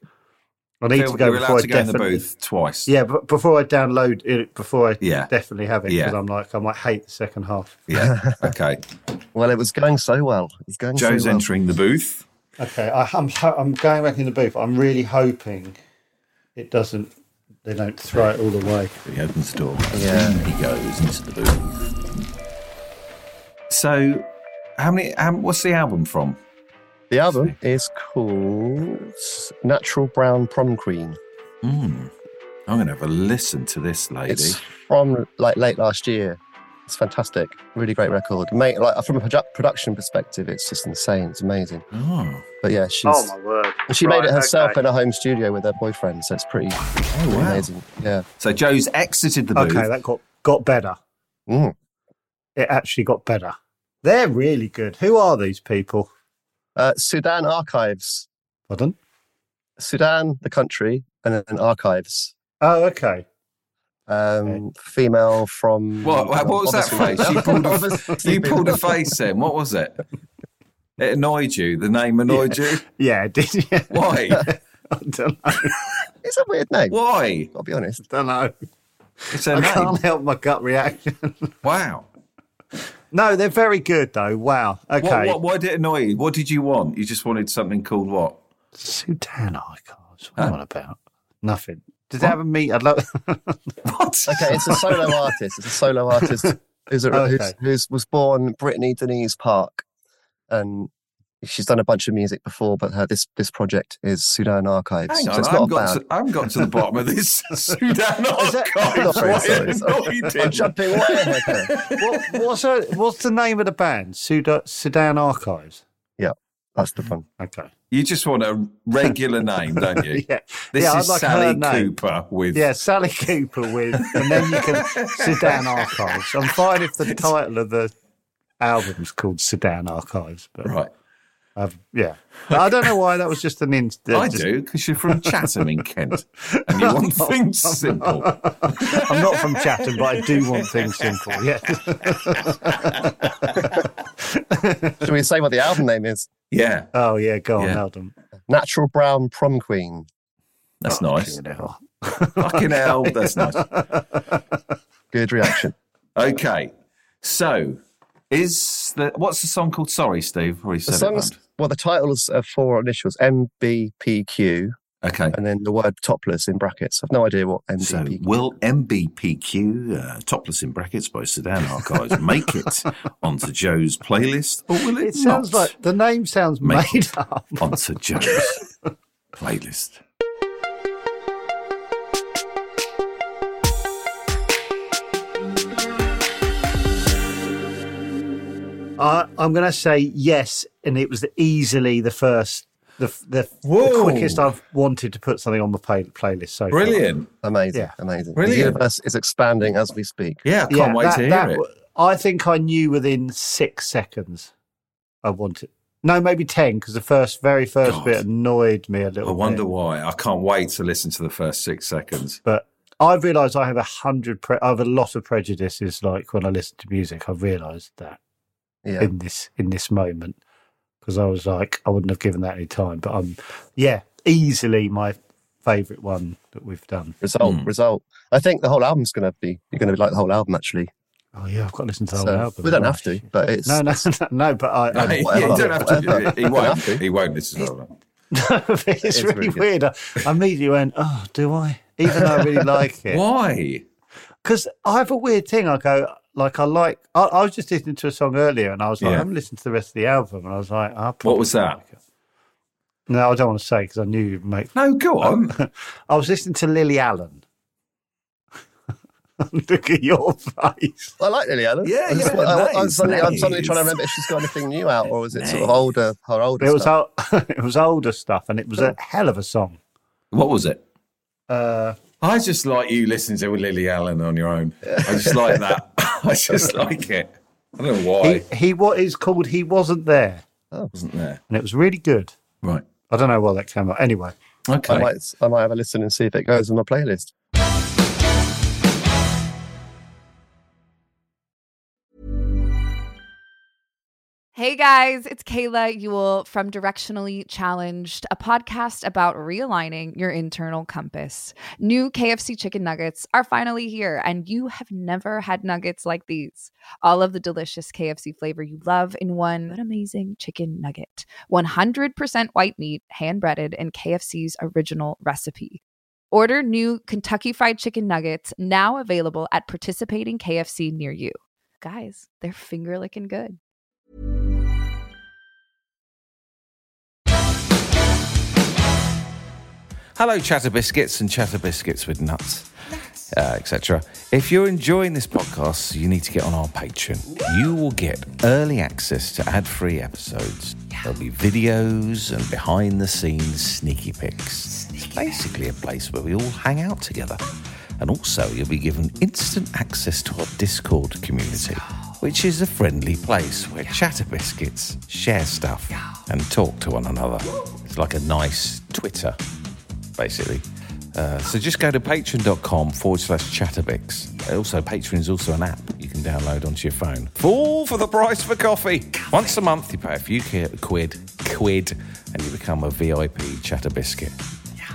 [SPEAKER 5] I need
[SPEAKER 3] Feel-
[SPEAKER 5] to go
[SPEAKER 3] you're allowed
[SPEAKER 5] before
[SPEAKER 3] to
[SPEAKER 5] I
[SPEAKER 3] go in the
[SPEAKER 5] definitely-
[SPEAKER 3] booth twice.
[SPEAKER 5] Yeah, but before I download it, before I
[SPEAKER 3] Yeah.
[SPEAKER 5] definitely have it,
[SPEAKER 3] Yeah.
[SPEAKER 5] because I'm like, I might hate the second half.
[SPEAKER 3] Yeah. Okay.
[SPEAKER 4] well, it was going so well. It was going
[SPEAKER 3] Joe's
[SPEAKER 4] so well.
[SPEAKER 3] entering the booth.
[SPEAKER 5] Okay, I, I'm ho- I'm going back in the booth. I'm really hoping it doesn't. They don't throw it all away.
[SPEAKER 3] He opens the door.
[SPEAKER 4] Yeah.
[SPEAKER 3] He goes into the booth. So, how many? How, what's the album from?
[SPEAKER 4] The album is called Natural Brown Prom Queen.
[SPEAKER 3] Mm. I'm going to have a listen to this lady.
[SPEAKER 4] It's from like late last year. It's fantastic. Really great record. Mate, like from a produ- production perspective, it's just insane. It's amazing.
[SPEAKER 3] oh,
[SPEAKER 4] But yeah, she's
[SPEAKER 5] word!
[SPEAKER 4] and she made it herself in a home studio with her boyfriend, so it's pretty,
[SPEAKER 3] oh
[SPEAKER 4] pretty
[SPEAKER 3] wow!
[SPEAKER 4] amazing. Yeah.
[SPEAKER 3] So Joe's exited the booth.
[SPEAKER 5] Okay, that got got better.
[SPEAKER 4] Mm.
[SPEAKER 5] It actually got better. They're really good. Who are these people?
[SPEAKER 4] Uh, Sudan Archives.
[SPEAKER 5] Pardon?
[SPEAKER 4] Sudan, the country, and then Archives.
[SPEAKER 5] Oh, okay.
[SPEAKER 4] Um,
[SPEAKER 5] Okay.
[SPEAKER 4] Female from.
[SPEAKER 3] What? What was that
[SPEAKER 4] obviously-
[SPEAKER 3] face? You pulled a,
[SPEAKER 4] obviously-
[SPEAKER 3] you pulled a face in. What was it? It annoyed you. The name annoyed you.
[SPEAKER 5] Yeah, did you?
[SPEAKER 3] Why?
[SPEAKER 5] I don't know.
[SPEAKER 4] It's a weird name.
[SPEAKER 3] Why?
[SPEAKER 4] I'll be honest.
[SPEAKER 5] Don't know.
[SPEAKER 3] It's a
[SPEAKER 5] I
[SPEAKER 3] name.
[SPEAKER 5] can't help my gut reaction.
[SPEAKER 3] Wow.
[SPEAKER 5] No, they're very good though. Wow.
[SPEAKER 3] What,
[SPEAKER 5] Okay.
[SPEAKER 3] what, why did it annoy you? What did you want? You just wanted something called what?
[SPEAKER 5] Sudan archives. What
[SPEAKER 3] Huh?
[SPEAKER 5] am I on about? Nothing. Did they have a meet? I'd love.
[SPEAKER 3] What?
[SPEAKER 4] Okay, it's a solo artist. It's a solo artist who's, a,
[SPEAKER 5] Okay.
[SPEAKER 4] who's, who's was born Brittany Denise Park, and she's done a bunch of music before, but her, this this project is Sudan Archives.
[SPEAKER 3] Hang
[SPEAKER 4] so
[SPEAKER 3] on,
[SPEAKER 4] it's
[SPEAKER 3] I
[SPEAKER 4] not
[SPEAKER 3] haven't,
[SPEAKER 4] a
[SPEAKER 3] got
[SPEAKER 4] band.
[SPEAKER 3] to, I haven't got to the bottom of this Sudan archives.
[SPEAKER 4] Sorry,
[SPEAKER 3] Why
[SPEAKER 4] sorry,
[SPEAKER 3] it
[SPEAKER 4] sorry.
[SPEAKER 3] annoyed
[SPEAKER 4] I'm
[SPEAKER 3] him?
[SPEAKER 4] jumping way ahead there.
[SPEAKER 5] what, what's her, what's the name of the band? Sudan, Sudan Archives.
[SPEAKER 4] That's the one.
[SPEAKER 5] Okay.
[SPEAKER 3] You just want a regular name, don't you?
[SPEAKER 5] Yeah.
[SPEAKER 3] This
[SPEAKER 5] yeah, I'd
[SPEAKER 3] is
[SPEAKER 5] like her
[SPEAKER 3] Sally
[SPEAKER 5] name.
[SPEAKER 3] Cooper with.
[SPEAKER 5] Yeah, Sally Cooper with, and then you can Sudan Archives. I'm fine if the title of the album's called Sudan Archives, but
[SPEAKER 3] Right.
[SPEAKER 5] I've, yeah, But I don't know why that was just an in.
[SPEAKER 3] I do,
[SPEAKER 5] just- Oh,
[SPEAKER 3] do, because you're from Chatham in Kent. And you want things simple.
[SPEAKER 5] I'm not from Chatham, but I do want things simple. Yeah,
[SPEAKER 4] Should we say what the album name is?
[SPEAKER 3] Yeah.
[SPEAKER 5] Oh yeah, go on,
[SPEAKER 3] Yeah.
[SPEAKER 5] Eldon.
[SPEAKER 4] Natural Brown Prom Queen.
[SPEAKER 3] That's
[SPEAKER 5] Oh,
[SPEAKER 3] nice.
[SPEAKER 5] fucking hell.
[SPEAKER 3] Fucking hell, that's nice.
[SPEAKER 4] Good reaction.
[SPEAKER 3] Okay. So, is the what's the song called? Sorry, Steve. Already
[SPEAKER 4] the
[SPEAKER 3] said it,
[SPEAKER 4] song's well, the titles are four initials: M B P Q,
[SPEAKER 3] man. Okay.
[SPEAKER 4] and then the word topless in brackets. I've no idea what M B
[SPEAKER 3] So,
[SPEAKER 4] P Q.
[SPEAKER 3] will MBPQ, uh, topless in brackets by Sedan Archives, make it onto Joe's playlist, or will it,
[SPEAKER 5] It sounds
[SPEAKER 3] not
[SPEAKER 5] like the name sounds made,
[SPEAKER 3] Mate.
[SPEAKER 5] up.
[SPEAKER 3] onto Joe's playlist?
[SPEAKER 5] I, I'm going to say yes, and it was easily the first, the the, the
[SPEAKER 3] Whoa.
[SPEAKER 5] quickest I've wanted to put something on the play, playlist. So far.
[SPEAKER 3] Brilliant.
[SPEAKER 4] Amazing,
[SPEAKER 5] Yeah.
[SPEAKER 4] amazing. The
[SPEAKER 3] Brilliant.
[SPEAKER 4] universe is expanding as we speak.
[SPEAKER 3] Yeah, I can't wait
[SPEAKER 5] that-
[SPEAKER 3] to hear
[SPEAKER 5] that
[SPEAKER 3] it.
[SPEAKER 5] w- I think I knew within six seconds I wanted. No, maybe ten, because the first, very first
[SPEAKER 3] God.
[SPEAKER 5] bit annoyed me a little.
[SPEAKER 3] I wonder
[SPEAKER 5] bit.
[SPEAKER 3] why. I can't wait to listen to the first six seconds.
[SPEAKER 5] But I've realised I have a hundred. Pre- I have a lot of prejudices. Like when I listen to music, I've realised that
[SPEAKER 4] Yeah,
[SPEAKER 5] in this in this moment because I was like, I wouldn't have given that any time. But um, yeah, easily my favourite one that we've done.
[SPEAKER 4] result,
[SPEAKER 3] Mm.
[SPEAKER 4] result. I think the whole album's going to be. You're going to like the whole album actually.
[SPEAKER 5] Oh yeah, I've got to listen to the
[SPEAKER 4] So,
[SPEAKER 5] whole album.
[SPEAKER 4] we don't
[SPEAKER 5] haven't
[SPEAKER 4] have to,
[SPEAKER 5] I?
[SPEAKER 4] but it's-
[SPEAKER 5] no, no, no, no. But I, I
[SPEAKER 3] Yeah,
[SPEAKER 4] whatever.
[SPEAKER 3] you don't have to do it. He won't.
[SPEAKER 4] Whatever.
[SPEAKER 3] He won't listen to that.
[SPEAKER 5] it's,
[SPEAKER 4] is
[SPEAKER 5] really,
[SPEAKER 4] really good.
[SPEAKER 5] weird. I, I immediately went, oh, do I? Even though I really like it,
[SPEAKER 3] Why?
[SPEAKER 5] because I have a weird thing. I go like, I like. I, I was just listening to a song earlier, and I was like,
[SPEAKER 3] Yeah.
[SPEAKER 5] I haven't listened to the rest of the album, and I was like, I
[SPEAKER 3] What was that?
[SPEAKER 5] No, I don't want to say because I knew you'd make
[SPEAKER 3] No, go on.
[SPEAKER 5] I was listening to Lily Allen. Look at your face.
[SPEAKER 4] I like Lily Allen.
[SPEAKER 3] Yeah,
[SPEAKER 4] I just-
[SPEAKER 3] yeah,
[SPEAKER 4] I- I- I'm,
[SPEAKER 3] nice,
[SPEAKER 4] suddenly, I'm suddenly
[SPEAKER 3] nice.
[SPEAKER 4] trying to remember if she's got anything new out, or is it sort of
[SPEAKER 3] Nice.
[SPEAKER 4] older? Her older.
[SPEAKER 5] It was
[SPEAKER 4] stuff?
[SPEAKER 5] old, it was older stuff, and it was a hell of a song.
[SPEAKER 3] What was it?
[SPEAKER 5] Uh,
[SPEAKER 3] I just like you listening to Lily Allen on your own. I just like that. I just like it. I don't know why.
[SPEAKER 5] he, he what is called he wasn't there,
[SPEAKER 3] wasn't there.
[SPEAKER 5] and it was really good.
[SPEAKER 3] Right.
[SPEAKER 5] I don't know why that came out. Anyway,
[SPEAKER 3] Okay.
[SPEAKER 4] I might, I might have a listen and see if it goes on my playlist.
[SPEAKER 1] Hey guys, it's Kayla Yule from Directionally Challenged, a podcast about realigning your internal compass. New KFC chicken nuggets are finally here, and you have never had nuggets like these. All of the delicious KFC flavor you love in one amazing chicken nugget. 100% white meat, hand breaded in KFC's original recipe. Order new Kentucky Fried Chicken Nuggets now available at participating KFC near you. Guys, they're finger licking good.
[SPEAKER 6] Hello, Chatter Biscuits and Chatter Biscuits with Nuts, uh, etc. If you're enjoying this podcast, you need to get on our Patreon. You will get early access to ad free episodes. There'll be videos and behind the scenes sneaky pics. It's basically a place where we all hang out together. And also, you'll be given instant access to our Discord community, which is a friendly place where chatter biscuits share stuff and talk to one another. It's like a nice Twitter basically. Uh, so just go to patreon.com forward slash chatterbix. Also, Patreon is also an app you can download onto your phone. Fall for the price for coffee. Once a month, you pay a few ki- quid, quid, and you become a VIP chatterbiscuit.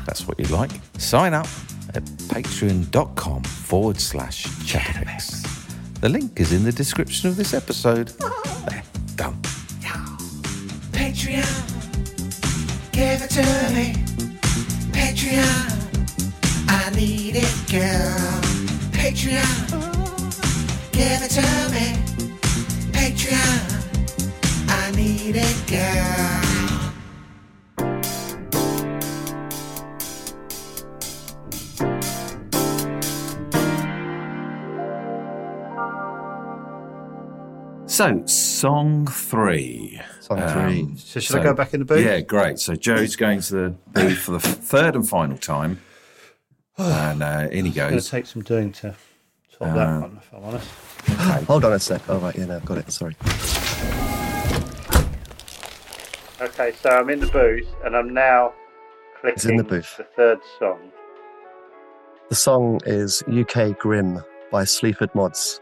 [SPEAKER 6] That's what you like. Sign up at patreon.com forward slash chatterbix. The link is in the description of this episode. There, done.
[SPEAKER 2] Patreon, give it to me. Patreon, I need it, girl. Patreon, give it to me. Patreon, I need it, girl.
[SPEAKER 3] so, song three. Um,
[SPEAKER 4] Song three.
[SPEAKER 5] so should I go back in the booth?
[SPEAKER 3] Yeah, great. So Joe's going to the booth for the third and final time, and uh, in he
[SPEAKER 5] I'm going to
[SPEAKER 3] goes.
[SPEAKER 5] take some doing to top
[SPEAKER 4] Ah.
[SPEAKER 5] that one, if I'm honest.
[SPEAKER 4] Hold on a sec. All right, yeah, no, I've got it. Sorry.
[SPEAKER 5] Okay, so I'm in the booth, and I'm now clicking
[SPEAKER 4] in the booth.
[SPEAKER 5] the third song.
[SPEAKER 4] The song is UK Grim by Sleaford Mods,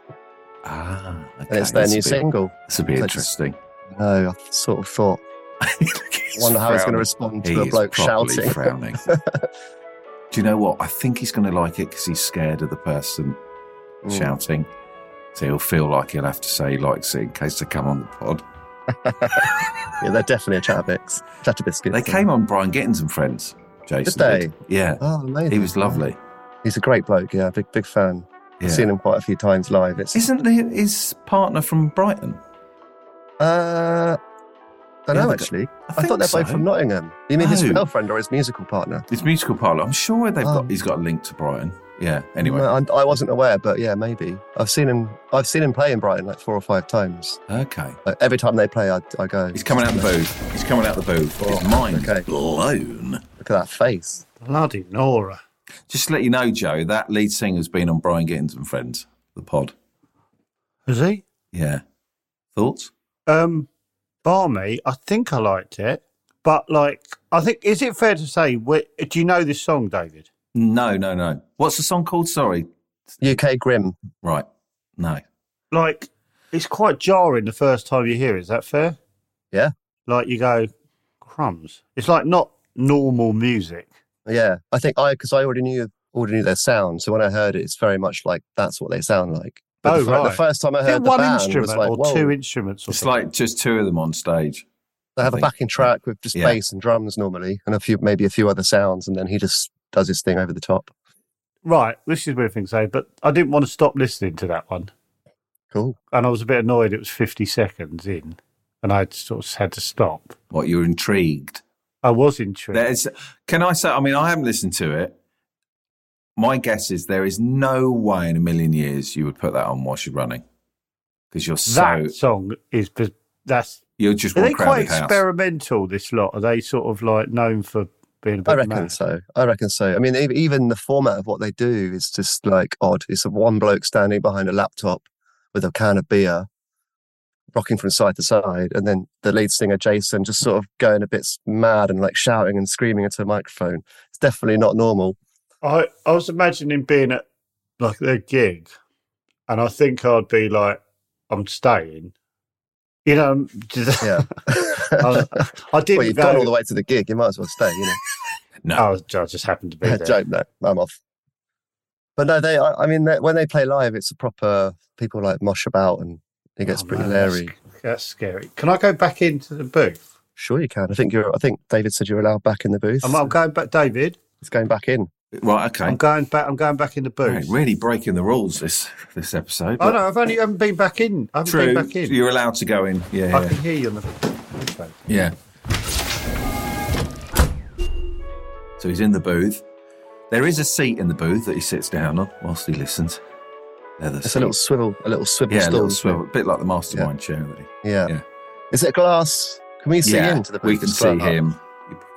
[SPEAKER 3] Ah, okay.
[SPEAKER 4] and it's their
[SPEAKER 3] This'll
[SPEAKER 4] new
[SPEAKER 3] be-
[SPEAKER 4] single.
[SPEAKER 3] This'll be
[SPEAKER 4] So-
[SPEAKER 3] interesting.
[SPEAKER 4] No, I sort of thought,
[SPEAKER 3] Look, he's
[SPEAKER 4] wonder how he's going to
[SPEAKER 3] frowning.
[SPEAKER 4] respond to
[SPEAKER 3] He
[SPEAKER 4] a
[SPEAKER 3] is
[SPEAKER 4] bloke
[SPEAKER 3] properly
[SPEAKER 4] shouting.
[SPEAKER 3] frowning. Do you know what? I think he's going to like it because he's scared of the person
[SPEAKER 4] Mm.
[SPEAKER 3] shouting. So he'll feel like he'll have to say he likes it in case they come on the pod.
[SPEAKER 4] Yeah, they're definitely a chatterbix, chatterbiscuits.
[SPEAKER 3] They came on Brian Gittins and friends, Jason.
[SPEAKER 4] they?
[SPEAKER 3] Yeah.
[SPEAKER 4] Oh, amazing.
[SPEAKER 3] He was lovely.
[SPEAKER 4] He's a great bloke. Yeah, big big fan.
[SPEAKER 3] Yeah.
[SPEAKER 4] I've seen him quite a few times live. It's
[SPEAKER 3] Isn't he- his partner from Brighton?
[SPEAKER 4] uh, don't
[SPEAKER 3] Yeah,
[SPEAKER 4] know
[SPEAKER 3] they-
[SPEAKER 4] actually.
[SPEAKER 3] I,
[SPEAKER 4] I, thought they're both
[SPEAKER 3] so.
[SPEAKER 4] from Nottingham. You mean his
[SPEAKER 3] No.
[SPEAKER 4] girlfriend or his musical partner?
[SPEAKER 3] His musical partner. I'm sure they've
[SPEAKER 4] Oh.
[SPEAKER 3] got. He's got a link to Brighton. Yeah. Anyway.
[SPEAKER 4] No, I, I wasn't aware, but yeah, maybe. I've seen him. I've seen him play in Brighton like four or five times.
[SPEAKER 3] Okay.
[SPEAKER 4] Like, every time they play, I, I go.
[SPEAKER 3] He's coming out the booth. He's coming out the booth. His mind's
[SPEAKER 4] Oh, okay.
[SPEAKER 3] blown.
[SPEAKER 4] Look at that face.
[SPEAKER 5] Bloody Nora.
[SPEAKER 3] Just to let you know, Joe, that lead singer's been on Brian Gittins and Friends, the pod.
[SPEAKER 5] Is he?
[SPEAKER 3] Yeah. Thoughts?
[SPEAKER 5] Um, Barmy, I think I liked it, but like, I think is it fair to say? we- Do you know this song, David?
[SPEAKER 3] No, no, no. What's the song called? Sorry.
[SPEAKER 4] UK Grim.
[SPEAKER 3] Right. No.
[SPEAKER 5] Like, it's quite jarring the first time you hear. it. Is that fair?
[SPEAKER 4] Yeah.
[SPEAKER 5] Like you go, crumbs. It's like not normal music.
[SPEAKER 4] Yeah, I think I because I already knew already knew their sound. So when I heard it, it's very much like that's what they sound like.
[SPEAKER 5] Oh,
[SPEAKER 4] the, fir- the
[SPEAKER 5] right.
[SPEAKER 4] first time I
[SPEAKER 5] Is it
[SPEAKER 4] heard the
[SPEAKER 5] one
[SPEAKER 4] band
[SPEAKER 5] instrument
[SPEAKER 4] was like,
[SPEAKER 5] or
[SPEAKER 4] Whoa.
[SPEAKER 5] two instruments? Or
[SPEAKER 3] It's
[SPEAKER 5] something?
[SPEAKER 3] like just two of them on stage.
[SPEAKER 4] They have
[SPEAKER 3] I
[SPEAKER 4] a
[SPEAKER 3] think.
[SPEAKER 4] backing track with just
[SPEAKER 3] Yeah.
[SPEAKER 4] bass and drums normally, and a few maybe a few other sounds, and then he just does his thing over the top.
[SPEAKER 5] right. This is where things say, but I didn't want to stop listening to that one,
[SPEAKER 4] Cool.
[SPEAKER 5] and I was a bit annoyed. It was fifty seconds in, and I sort of had to stop.
[SPEAKER 3] What you're intrigued.
[SPEAKER 5] I was intrigued.
[SPEAKER 3] There's. Can I say? I mean, I haven't listened to it. My guess is there is no way in a million years you would put that on whilst you're running because you're so
[SPEAKER 5] that song is bes- that's
[SPEAKER 3] you're just
[SPEAKER 5] are
[SPEAKER 3] one
[SPEAKER 5] they quite
[SPEAKER 3] crowded house.
[SPEAKER 5] experimental this lot are they sort of like known for being a bit
[SPEAKER 4] I reckon
[SPEAKER 5] mad?
[SPEAKER 4] so. I reckon so. I mean, ev- even the format of what they do is just like odd. It's a one bloke standing behind a laptop with a can of beer, rocking from side to side, and then the lead singer Jason just sort of going a bit s- mad and like shouting and screaming into a microphone. It's definitely not normal.
[SPEAKER 5] I, I was imagining being at like their gig and i think i'd be like i'm staying you know I'm just-
[SPEAKER 4] Yeah.
[SPEAKER 5] I, I didn't
[SPEAKER 4] well, you've
[SPEAKER 5] go
[SPEAKER 4] gone all the way to the gig. You might as well stay. You know.
[SPEAKER 3] No,
[SPEAKER 5] I, was, I just happened to be
[SPEAKER 4] Yeah,
[SPEAKER 5] there
[SPEAKER 4] joke, no, I'm off. But no, they. I, I mean, they, when they play live, it's a proper people like mosh about, and it gets
[SPEAKER 5] Oh,
[SPEAKER 4] pretty
[SPEAKER 5] man, that's-
[SPEAKER 4] leery.
[SPEAKER 5] that's scary can i go back into the booth
[SPEAKER 4] Sure, you can. I think you're. I think David said you're allowed back in the booth.
[SPEAKER 5] i'm, I'm going back david
[SPEAKER 4] It's going back in.
[SPEAKER 3] right, okay.
[SPEAKER 5] i'm going back i'm going back in the
[SPEAKER 3] Right,
[SPEAKER 5] booth
[SPEAKER 3] really breaking the rules this this episode.
[SPEAKER 5] oh
[SPEAKER 3] but
[SPEAKER 5] no i've only haven't been back in i haven't
[SPEAKER 3] True,
[SPEAKER 5] been back in
[SPEAKER 3] you're allowed to go in. Yeah,
[SPEAKER 5] i
[SPEAKER 3] yeah,
[SPEAKER 5] can hear you on the okay.
[SPEAKER 3] yeah. So he's in the booth. There is a seat in the booth that he sits down on whilst he listens. Leather
[SPEAKER 4] It's
[SPEAKER 3] seat.
[SPEAKER 4] a little swivel, a little swivel
[SPEAKER 3] yeah, a
[SPEAKER 4] stool.
[SPEAKER 3] little
[SPEAKER 4] isn't
[SPEAKER 3] swivel, a bit like the mastermind chair. That he,
[SPEAKER 4] it? Yeah.
[SPEAKER 3] Yeah.
[SPEAKER 4] Is it a glass? Can we see
[SPEAKER 3] yeah,
[SPEAKER 4] into the booth?
[SPEAKER 3] we can
[SPEAKER 4] as well?
[SPEAKER 3] see him.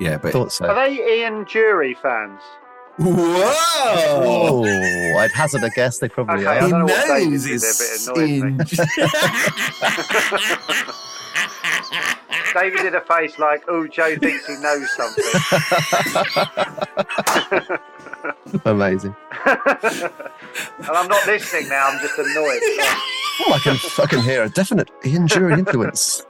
[SPEAKER 3] Yeah,
[SPEAKER 4] I
[SPEAKER 3] but
[SPEAKER 4] thought so.
[SPEAKER 5] Are they Ian Jury fans?
[SPEAKER 3] whoa,
[SPEAKER 4] Oh, I'd hazard a guess. They probably
[SPEAKER 5] Okay, I
[SPEAKER 4] are.
[SPEAKER 5] don't
[SPEAKER 3] he
[SPEAKER 5] know what they
[SPEAKER 3] knows
[SPEAKER 5] did,
[SPEAKER 3] it's
[SPEAKER 5] they're a bit
[SPEAKER 3] in.
[SPEAKER 5] annoying, David did a face like, oh, Joe thinks he knows something.
[SPEAKER 4] Amazing.
[SPEAKER 5] and I'm not listening now, I'm just annoyed.
[SPEAKER 4] Oh, I can, I can hear a definite injury influence.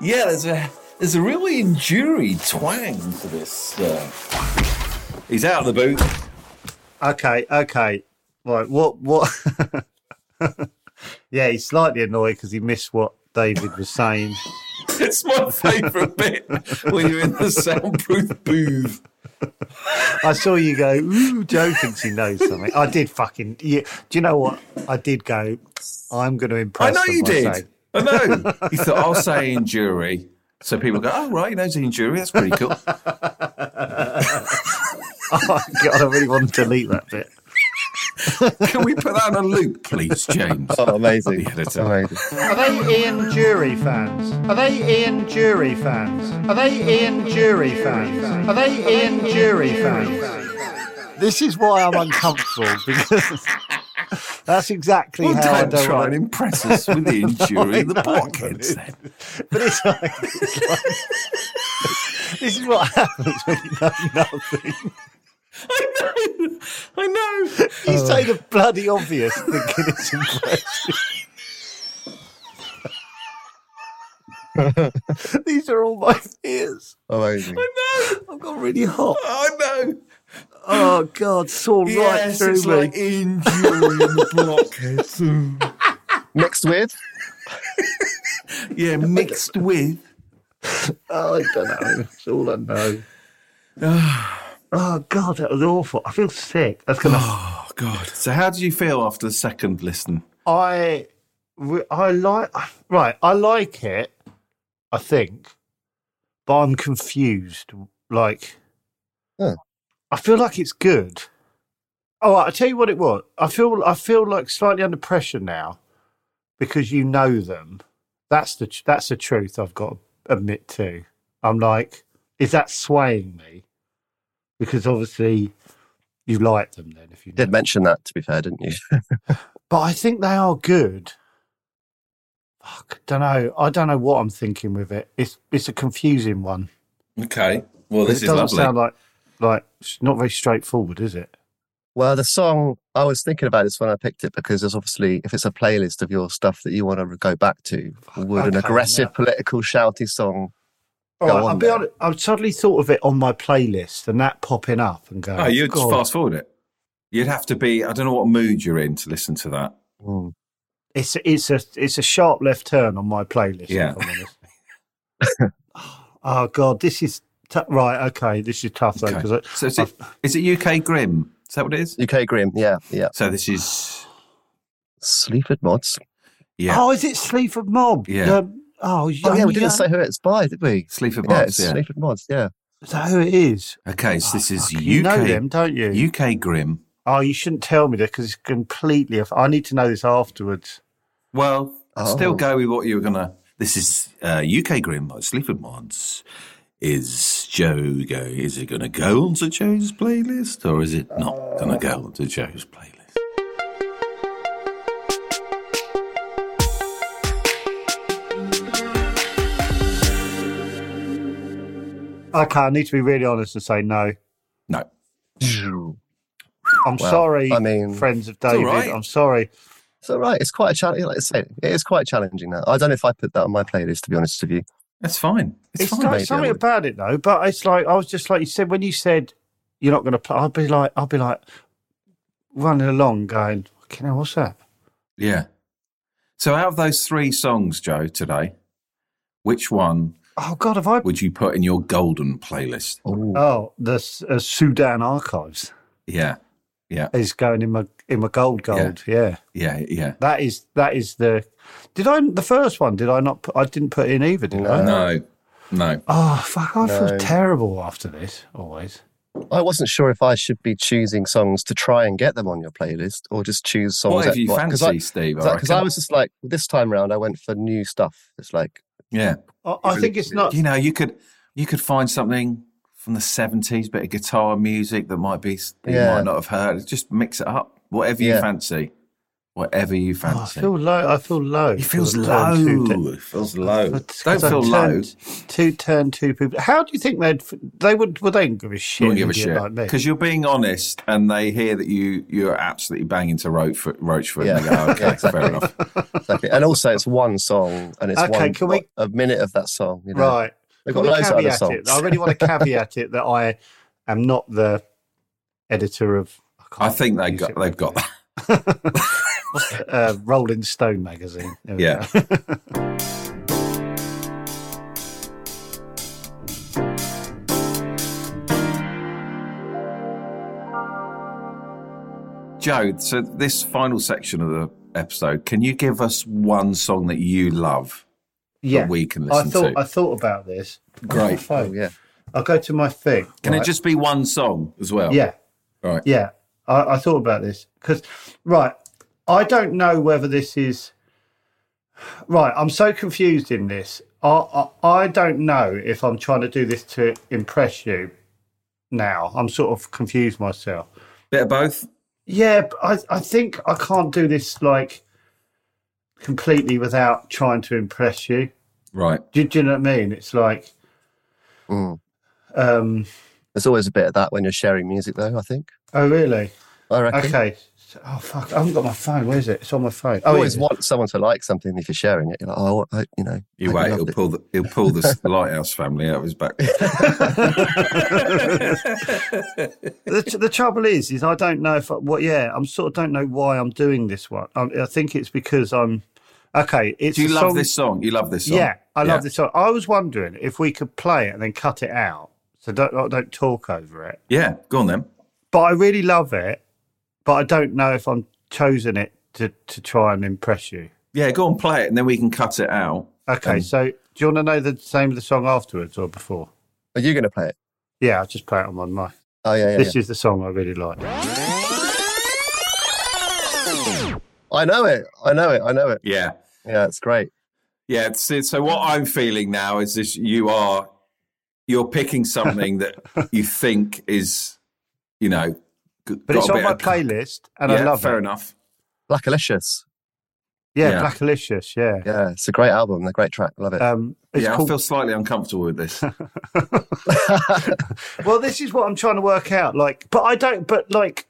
[SPEAKER 3] yeah, there's a there's a really enduring twang to this. Uh... He's out of the booth.
[SPEAKER 5] okay, okay. Right, what, what? yeah, he's slightly annoyed because he missed what David was saying.
[SPEAKER 3] It's my favourite bit when you're in the soundproof booth.
[SPEAKER 5] I saw you go, ooh, Joe thinks he knows something. I did fucking, yeah. do you know what? I did go, I'm going to
[SPEAKER 3] I
[SPEAKER 5] impress
[SPEAKER 3] know
[SPEAKER 5] them
[SPEAKER 3] you
[SPEAKER 5] by
[SPEAKER 3] did.
[SPEAKER 5] saying-
[SPEAKER 3] I know. He thought I'll say injury, so people go, "Oh right, he knows injury. That's pretty cool."
[SPEAKER 5] Oh, God, I really want to delete that bit.
[SPEAKER 3] Can we put that on a loop, please, James?
[SPEAKER 4] Oh, amazing.
[SPEAKER 3] The editor.
[SPEAKER 4] amazing.
[SPEAKER 5] Are they Ian Jury fans? Are they Ian Jury fans? Are they Ian Jury fans? Are they Ian Jury fans? This is why I'm uncomfortable because that's exactly
[SPEAKER 3] Well,
[SPEAKER 5] how I
[SPEAKER 3] don't
[SPEAKER 5] don't
[SPEAKER 3] try
[SPEAKER 5] want
[SPEAKER 3] and
[SPEAKER 5] to.
[SPEAKER 3] impress us with the injury and the
[SPEAKER 5] I know.
[SPEAKER 3] blockheads then.
[SPEAKER 5] But it's like, it's like- this is what happens when you know nothing.
[SPEAKER 3] I know. I know.
[SPEAKER 5] You say the bloody obvious, thinking it's impressive. These are all my fears.
[SPEAKER 4] Amazing.
[SPEAKER 5] I've got really hot.
[SPEAKER 3] Oh no!
[SPEAKER 5] Oh God, saw right
[SPEAKER 3] Yes,
[SPEAKER 5] through
[SPEAKER 3] it's
[SPEAKER 5] me.
[SPEAKER 3] like enduring blockheads.
[SPEAKER 4] Mixed with?
[SPEAKER 3] Yeah, mixed with.
[SPEAKER 5] Oh, I don't know. That's all I know. oh God, that was awful. I feel sick. That's gonna.
[SPEAKER 3] Oh God! So, how did you feel after the second listen?
[SPEAKER 5] I, re- I like right. I like it. I think, but I'm confused. Like,
[SPEAKER 4] Huh.
[SPEAKER 5] I feel like it's good. Oh, I tell you what it was. I feel I feel like slightly under pressure now because you know them. That's the tr- that's the truth. I've got to admit to. I'm like, is that swaying me? Because obviously, you like them. Then, if you
[SPEAKER 4] You did mention that, to be fair, didn't you?
[SPEAKER 5] but I think they are good. Fuck, don't know. I don't know what I'm thinking with it. It's it's a confusing one.
[SPEAKER 3] Okay. Well, Oh, this
[SPEAKER 5] it
[SPEAKER 3] is
[SPEAKER 5] doesn't
[SPEAKER 3] lovely.
[SPEAKER 5] sound like like it's not very straightforward, is it?
[SPEAKER 4] Well, the song I was thinking about this when I picked it because there's obviously if it's a playlist of your stuff that you want to go back to, would an
[SPEAKER 5] okay,
[SPEAKER 4] aggressive
[SPEAKER 5] yeah.
[SPEAKER 4] political shouty song?
[SPEAKER 5] All
[SPEAKER 4] Go
[SPEAKER 5] right,
[SPEAKER 4] on
[SPEAKER 5] I'll be
[SPEAKER 4] then.
[SPEAKER 5] honest. I've suddenly thought of it on my playlist and that popping up and going.
[SPEAKER 3] Oh, you'd
[SPEAKER 5] God.
[SPEAKER 3] fast forward it. You'd have to be. I don't know what mood you're in to listen to that.
[SPEAKER 4] Mm.
[SPEAKER 5] It's a, it's a it's a sharp left turn on my playlist.
[SPEAKER 3] Yeah.
[SPEAKER 5] If I'm honest. oh God, this is t- right. Okay, this is tough though because
[SPEAKER 3] Okay. So, is it, is it UK Grim? Is that what it is?
[SPEAKER 4] UK Grim, yeah, yeah.
[SPEAKER 3] So this is.
[SPEAKER 4] Sleaford Mods.
[SPEAKER 3] Yeah.
[SPEAKER 5] oh, is it Sleaford Mob?
[SPEAKER 3] Yeah.
[SPEAKER 5] Um, oh,
[SPEAKER 4] Oh yeah, we didn't
[SPEAKER 5] yeah.
[SPEAKER 4] say who it's by, did we?
[SPEAKER 3] Sleaford
[SPEAKER 4] yeah,
[SPEAKER 3] Mods.
[SPEAKER 4] it's
[SPEAKER 3] Yeah.
[SPEAKER 4] Sleaford Mods. Yeah,
[SPEAKER 5] Is that who it is?
[SPEAKER 3] Okay. So this is
[SPEAKER 5] Fuck, You know them,
[SPEAKER 3] UK
[SPEAKER 5] don't you?
[SPEAKER 3] UK Grim.
[SPEAKER 5] Oh, you shouldn't tell me that because it's completely. off- I need to know this afterwards.
[SPEAKER 3] Well,
[SPEAKER 4] Oh.
[SPEAKER 3] still go with what you were gonna. This is uh, UK Grim by Sleaford Mods. Is Joe go? Is it gonna go onto Joe's playlist, or is it not gonna
[SPEAKER 4] Uh.
[SPEAKER 3] go onto Joe's playlist?
[SPEAKER 5] Okay, I need to be really honest and say no.
[SPEAKER 3] No.
[SPEAKER 5] I'm
[SPEAKER 4] Well,
[SPEAKER 5] sorry,
[SPEAKER 4] I mean-
[SPEAKER 5] friends of
[SPEAKER 3] all
[SPEAKER 5] David.
[SPEAKER 3] right.
[SPEAKER 5] I'm sorry.
[SPEAKER 4] it's all right. It's quite a challenge. Like I say, it is quite challenging. That I don't know if I put that on my playlist. To be honest with you,
[SPEAKER 3] That's fine. It's,
[SPEAKER 5] It's,
[SPEAKER 3] fine.
[SPEAKER 5] not
[SPEAKER 4] maybe,
[SPEAKER 5] something
[SPEAKER 4] I would.
[SPEAKER 5] about it though. But it's like I was just like you said when you said you're not going to play. I'd be like, I'd be like running along, going, "Fucking hell, what's that?"
[SPEAKER 3] Yeah. So, out of those three songs, Joe, today, which one
[SPEAKER 5] Oh God, have I?
[SPEAKER 3] would you put in your golden playlist?
[SPEAKER 4] Ooh.
[SPEAKER 5] Oh, the S- uh, Sudan archives
[SPEAKER 3] Yeah, yeah,
[SPEAKER 5] is going in my in my gold gold. yeah.
[SPEAKER 3] yeah, yeah.
[SPEAKER 5] That is that is the. Did I the first one? Did I not? Put, I didn't put in either. Did I?
[SPEAKER 3] No, no.
[SPEAKER 5] Oh fuck! I
[SPEAKER 4] No.
[SPEAKER 5] feel terrible after this. Always.
[SPEAKER 4] I wasn't sure if I should be choosing songs to try and get them on your playlist, or just choose songs.
[SPEAKER 3] What
[SPEAKER 4] that-
[SPEAKER 3] have you
[SPEAKER 4] what- 'cause I-
[SPEAKER 3] fancy, Steve? I
[SPEAKER 4] because I,
[SPEAKER 3] reckon.
[SPEAKER 4] was just like this time round, I went for new stuff. It's like
[SPEAKER 3] yeah.
[SPEAKER 5] I, I think it's not.
[SPEAKER 3] you know you could you could find something from the 70s bit of guitar music that might be that you
[SPEAKER 4] Yeah.
[SPEAKER 3] might not have heard just mix it up whatever you
[SPEAKER 4] Yeah.
[SPEAKER 3] fancy whatever you
[SPEAKER 5] Oh, I
[SPEAKER 3] fancy
[SPEAKER 5] feel low. I feel low.
[SPEAKER 3] it feels
[SPEAKER 5] I've turned two
[SPEAKER 3] low
[SPEAKER 5] te-
[SPEAKER 3] it feels low
[SPEAKER 5] I've-
[SPEAKER 3] don't
[SPEAKER 5] I've
[SPEAKER 3] feel low
[SPEAKER 5] turned Two turn two people. How do you think they'd? f- They would. Well, they didn't give a shit.
[SPEAKER 3] don't give a
[SPEAKER 5] idiot
[SPEAKER 3] shit
[SPEAKER 5] Like me.
[SPEAKER 3] because you're being honest, and they hear that you you're absolutely banging to Roachford. Roachford and they go,
[SPEAKER 4] Yeah.
[SPEAKER 3] okay,
[SPEAKER 4] Yeah,
[SPEAKER 3] fair enough.
[SPEAKER 4] exactly. and also it's one song and it's
[SPEAKER 5] Okay,
[SPEAKER 4] one
[SPEAKER 5] can we-
[SPEAKER 4] a minute of that song. You know?
[SPEAKER 5] right.
[SPEAKER 4] They've got
[SPEAKER 5] Can we
[SPEAKER 4] loads of other
[SPEAKER 5] caveat
[SPEAKER 4] songs.
[SPEAKER 5] it? I really want to caveat it that I am not the editor of.
[SPEAKER 3] I
[SPEAKER 5] can't
[SPEAKER 3] think they
[SPEAKER 5] use
[SPEAKER 3] got
[SPEAKER 5] it.
[SPEAKER 3] they've got that.
[SPEAKER 5] uh, Rolling Stone magazine. There we
[SPEAKER 3] Yeah.
[SPEAKER 5] go.
[SPEAKER 3] Joe, so this final section of the episode, can you give us one song that you love
[SPEAKER 5] yeah.
[SPEAKER 3] that we can
[SPEAKER 5] I
[SPEAKER 3] listen
[SPEAKER 5] thought
[SPEAKER 3] to?
[SPEAKER 5] I thought about this.
[SPEAKER 3] Great.
[SPEAKER 5] Oh,
[SPEAKER 4] Oh, yeah.
[SPEAKER 5] I'll go to my thing.
[SPEAKER 3] Can it
[SPEAKER 5] right?
[SPEAKER 3] just be one song as well?
[SPEAKER 5] Yeah.
[SPEAKER 3] All right.
[SPEAKER 5] Yeah. I, I thought about this because, right, I don't know whether this is. Right, I'm so confused in this. I, I, I don't know if I'm trying to do this to impress you now. I'm sort of confused myself.
[SPEAKER 3] Bit of both.
[SPEAKER 5] Yeah, but I, I think I can't do this like completely without trying to impress you.
[SPEAKER 3] Right.
[SPEAKER 5] Do, do you know what I mean? It's like,
[SPEAKER 4] Mm.
[SPEAKER 5] um,
[SPEAKER 4] There's always a bit of that when you're sharing music, though. I think.
[SPEAKER 5] oh, really?
[SPEAKER 4] I reckon.
[SPEAKER 5] Okay, Oh fuck! I haven't got my phone. Where's it? It's on my phone.
[SPEAKER 4] I
[SPEAKER 5] Oh,
[SPEAKER 4] always
[SPEAKER 5] it's
[SPEAKER 4] want someone to like something if you're sharing it. You're like, oh, I, you know,
[SPEAKER 3] You
[SPEAKER 4] I
[SPEAKER 3] wait,
[SPEAKER 4] loved
[SPEAKER 3] he'll
[SPEAKER 4] it.
[SPEAKER 3] pull the he'll pull the lighthouse family out of his back.
[SPEAKER 5] the, tr- the trouble is, is I don't know if I, what. Yeah, I'm sort of don't know why I'm doing this one. I, I think it's because I'm okay. It's
[SPEAKER 3] Do you
[SPEAKER 5] a
[SPEAKER 3] love
[SPEAKER 5] song-
[SPEAKER 3] this song? You love this song?
[SPEAKER 5] Yeah, I
[SPEAKER 3] Yeah.
[SPEAKER 5] love this song. I was wondering if we could play it and then cut it out, so don't like, don't talk over it.
[SPEAKER 3] Yeah, go on then.
[SPEAKER 5] But I really love it. But I don't know if I'm chosen it to to try and impress you.
[SPEAKER 3] Yeah, go and play it, and then we can cut it out.
[SPEAKER 5] Okay,
[SPEAKER 3] Um,
[SPEAKER 5] so do you want to know the name of the song afterwards or before?
[SPEAKER 4] Are you going to play it?
[SPEAKER 5] Yeah, I'll just play it on my mic.
[SPEAKER 4] Oh yeah, yeah.
[SPEAKER 5] This
[SPEAKER 4] yeah.
[SPEAKER 5] is the song I really like.
[SPEAKER 4] I know it. I know it. I know it.
[SPEAKER 3] Yeah,
[SPEAKER 4] Yeah, it's great.
[SPEAKER 3] yeah. So, so what I'm feeling now is this: you are you're picking something that you think is, you know, g-
[SPEAKER 5] But
[SPEAKER 3] got
[SPEAKER 5] it's
[SPEAKER 3] a
[SPEAKER 5] on
[SPEAKER 3] bit
[SPEAKER 5] my
[SPEAKER 3] of-
[SPEAKER 5] playlist, and I
[SPEAKER 3] Yeah,
[SPEAKER 5] love
[SPEAKER 3] fair
[SPEAKER 5] it.
[SPEAKER 3] enough.
[SPEAKER 4] Blackalicious.
[SPEAKER 5] Yeah,
[SPEAKER 3] Yeah.
[SPEAKER 5] Blackalicious. Yeah.
[SPEAKER 4] Yeah, it's a great album. A great track. Love it.
[SPEAKER 5] Um, it's
[SPEAKER 3] yeah,
[SPEAKER 5] called-
[SPEAKER 3] I feel slightly uncomfortable with this.
[SPEAKER 5] Uh, well, this is what I'm trying to work out. Like, but I don't. But like,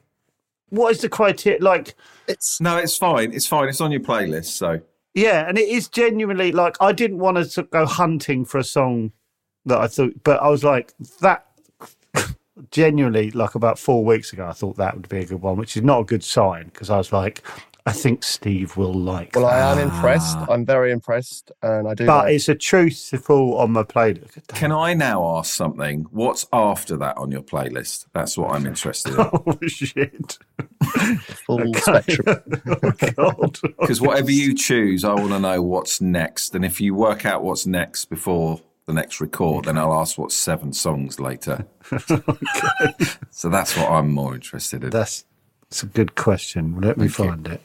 [SPEAKER 5] what is the criteria? Like,
[SPEAKER 4] it's
[SPEAKER 3] no, it's fine. It's fine. It's on your playlist. So
[SPEAKER 5] yeah, and it is genuinely like I didn't want to sort of go hunting for a song that I thought, but I was like that. genuinely, like about four weeks ago, I thought that would be a good one, which is not a good sign because I was like, I think Steve will like.
[SPEAKER 4] well,
[SPEAKER 5] that.
[SPEAKER 4] I am impressed. I'm very impressed, and I do.
[SPEAKER 5] but
[SPEAKER 4] like,
[SPEAKER 5] it's a truthful on my playlist.
[SPEAKER 3] can I now ask something? What's after that on your playlist? That's what I'm interested in.
[SPEAKER 5] Oh shit!
[SPEAKER 4] full spectrum.
[SPEAKER 5] oh god!
[SPEAKER 3] Because whatever you choose, I want to know what's next. And if you work out what's next before the next record, then I'll ask what's seven songs later. so that's what I'm more interested in.
[SPEAKER 5] That's it's a good question. Let me find it.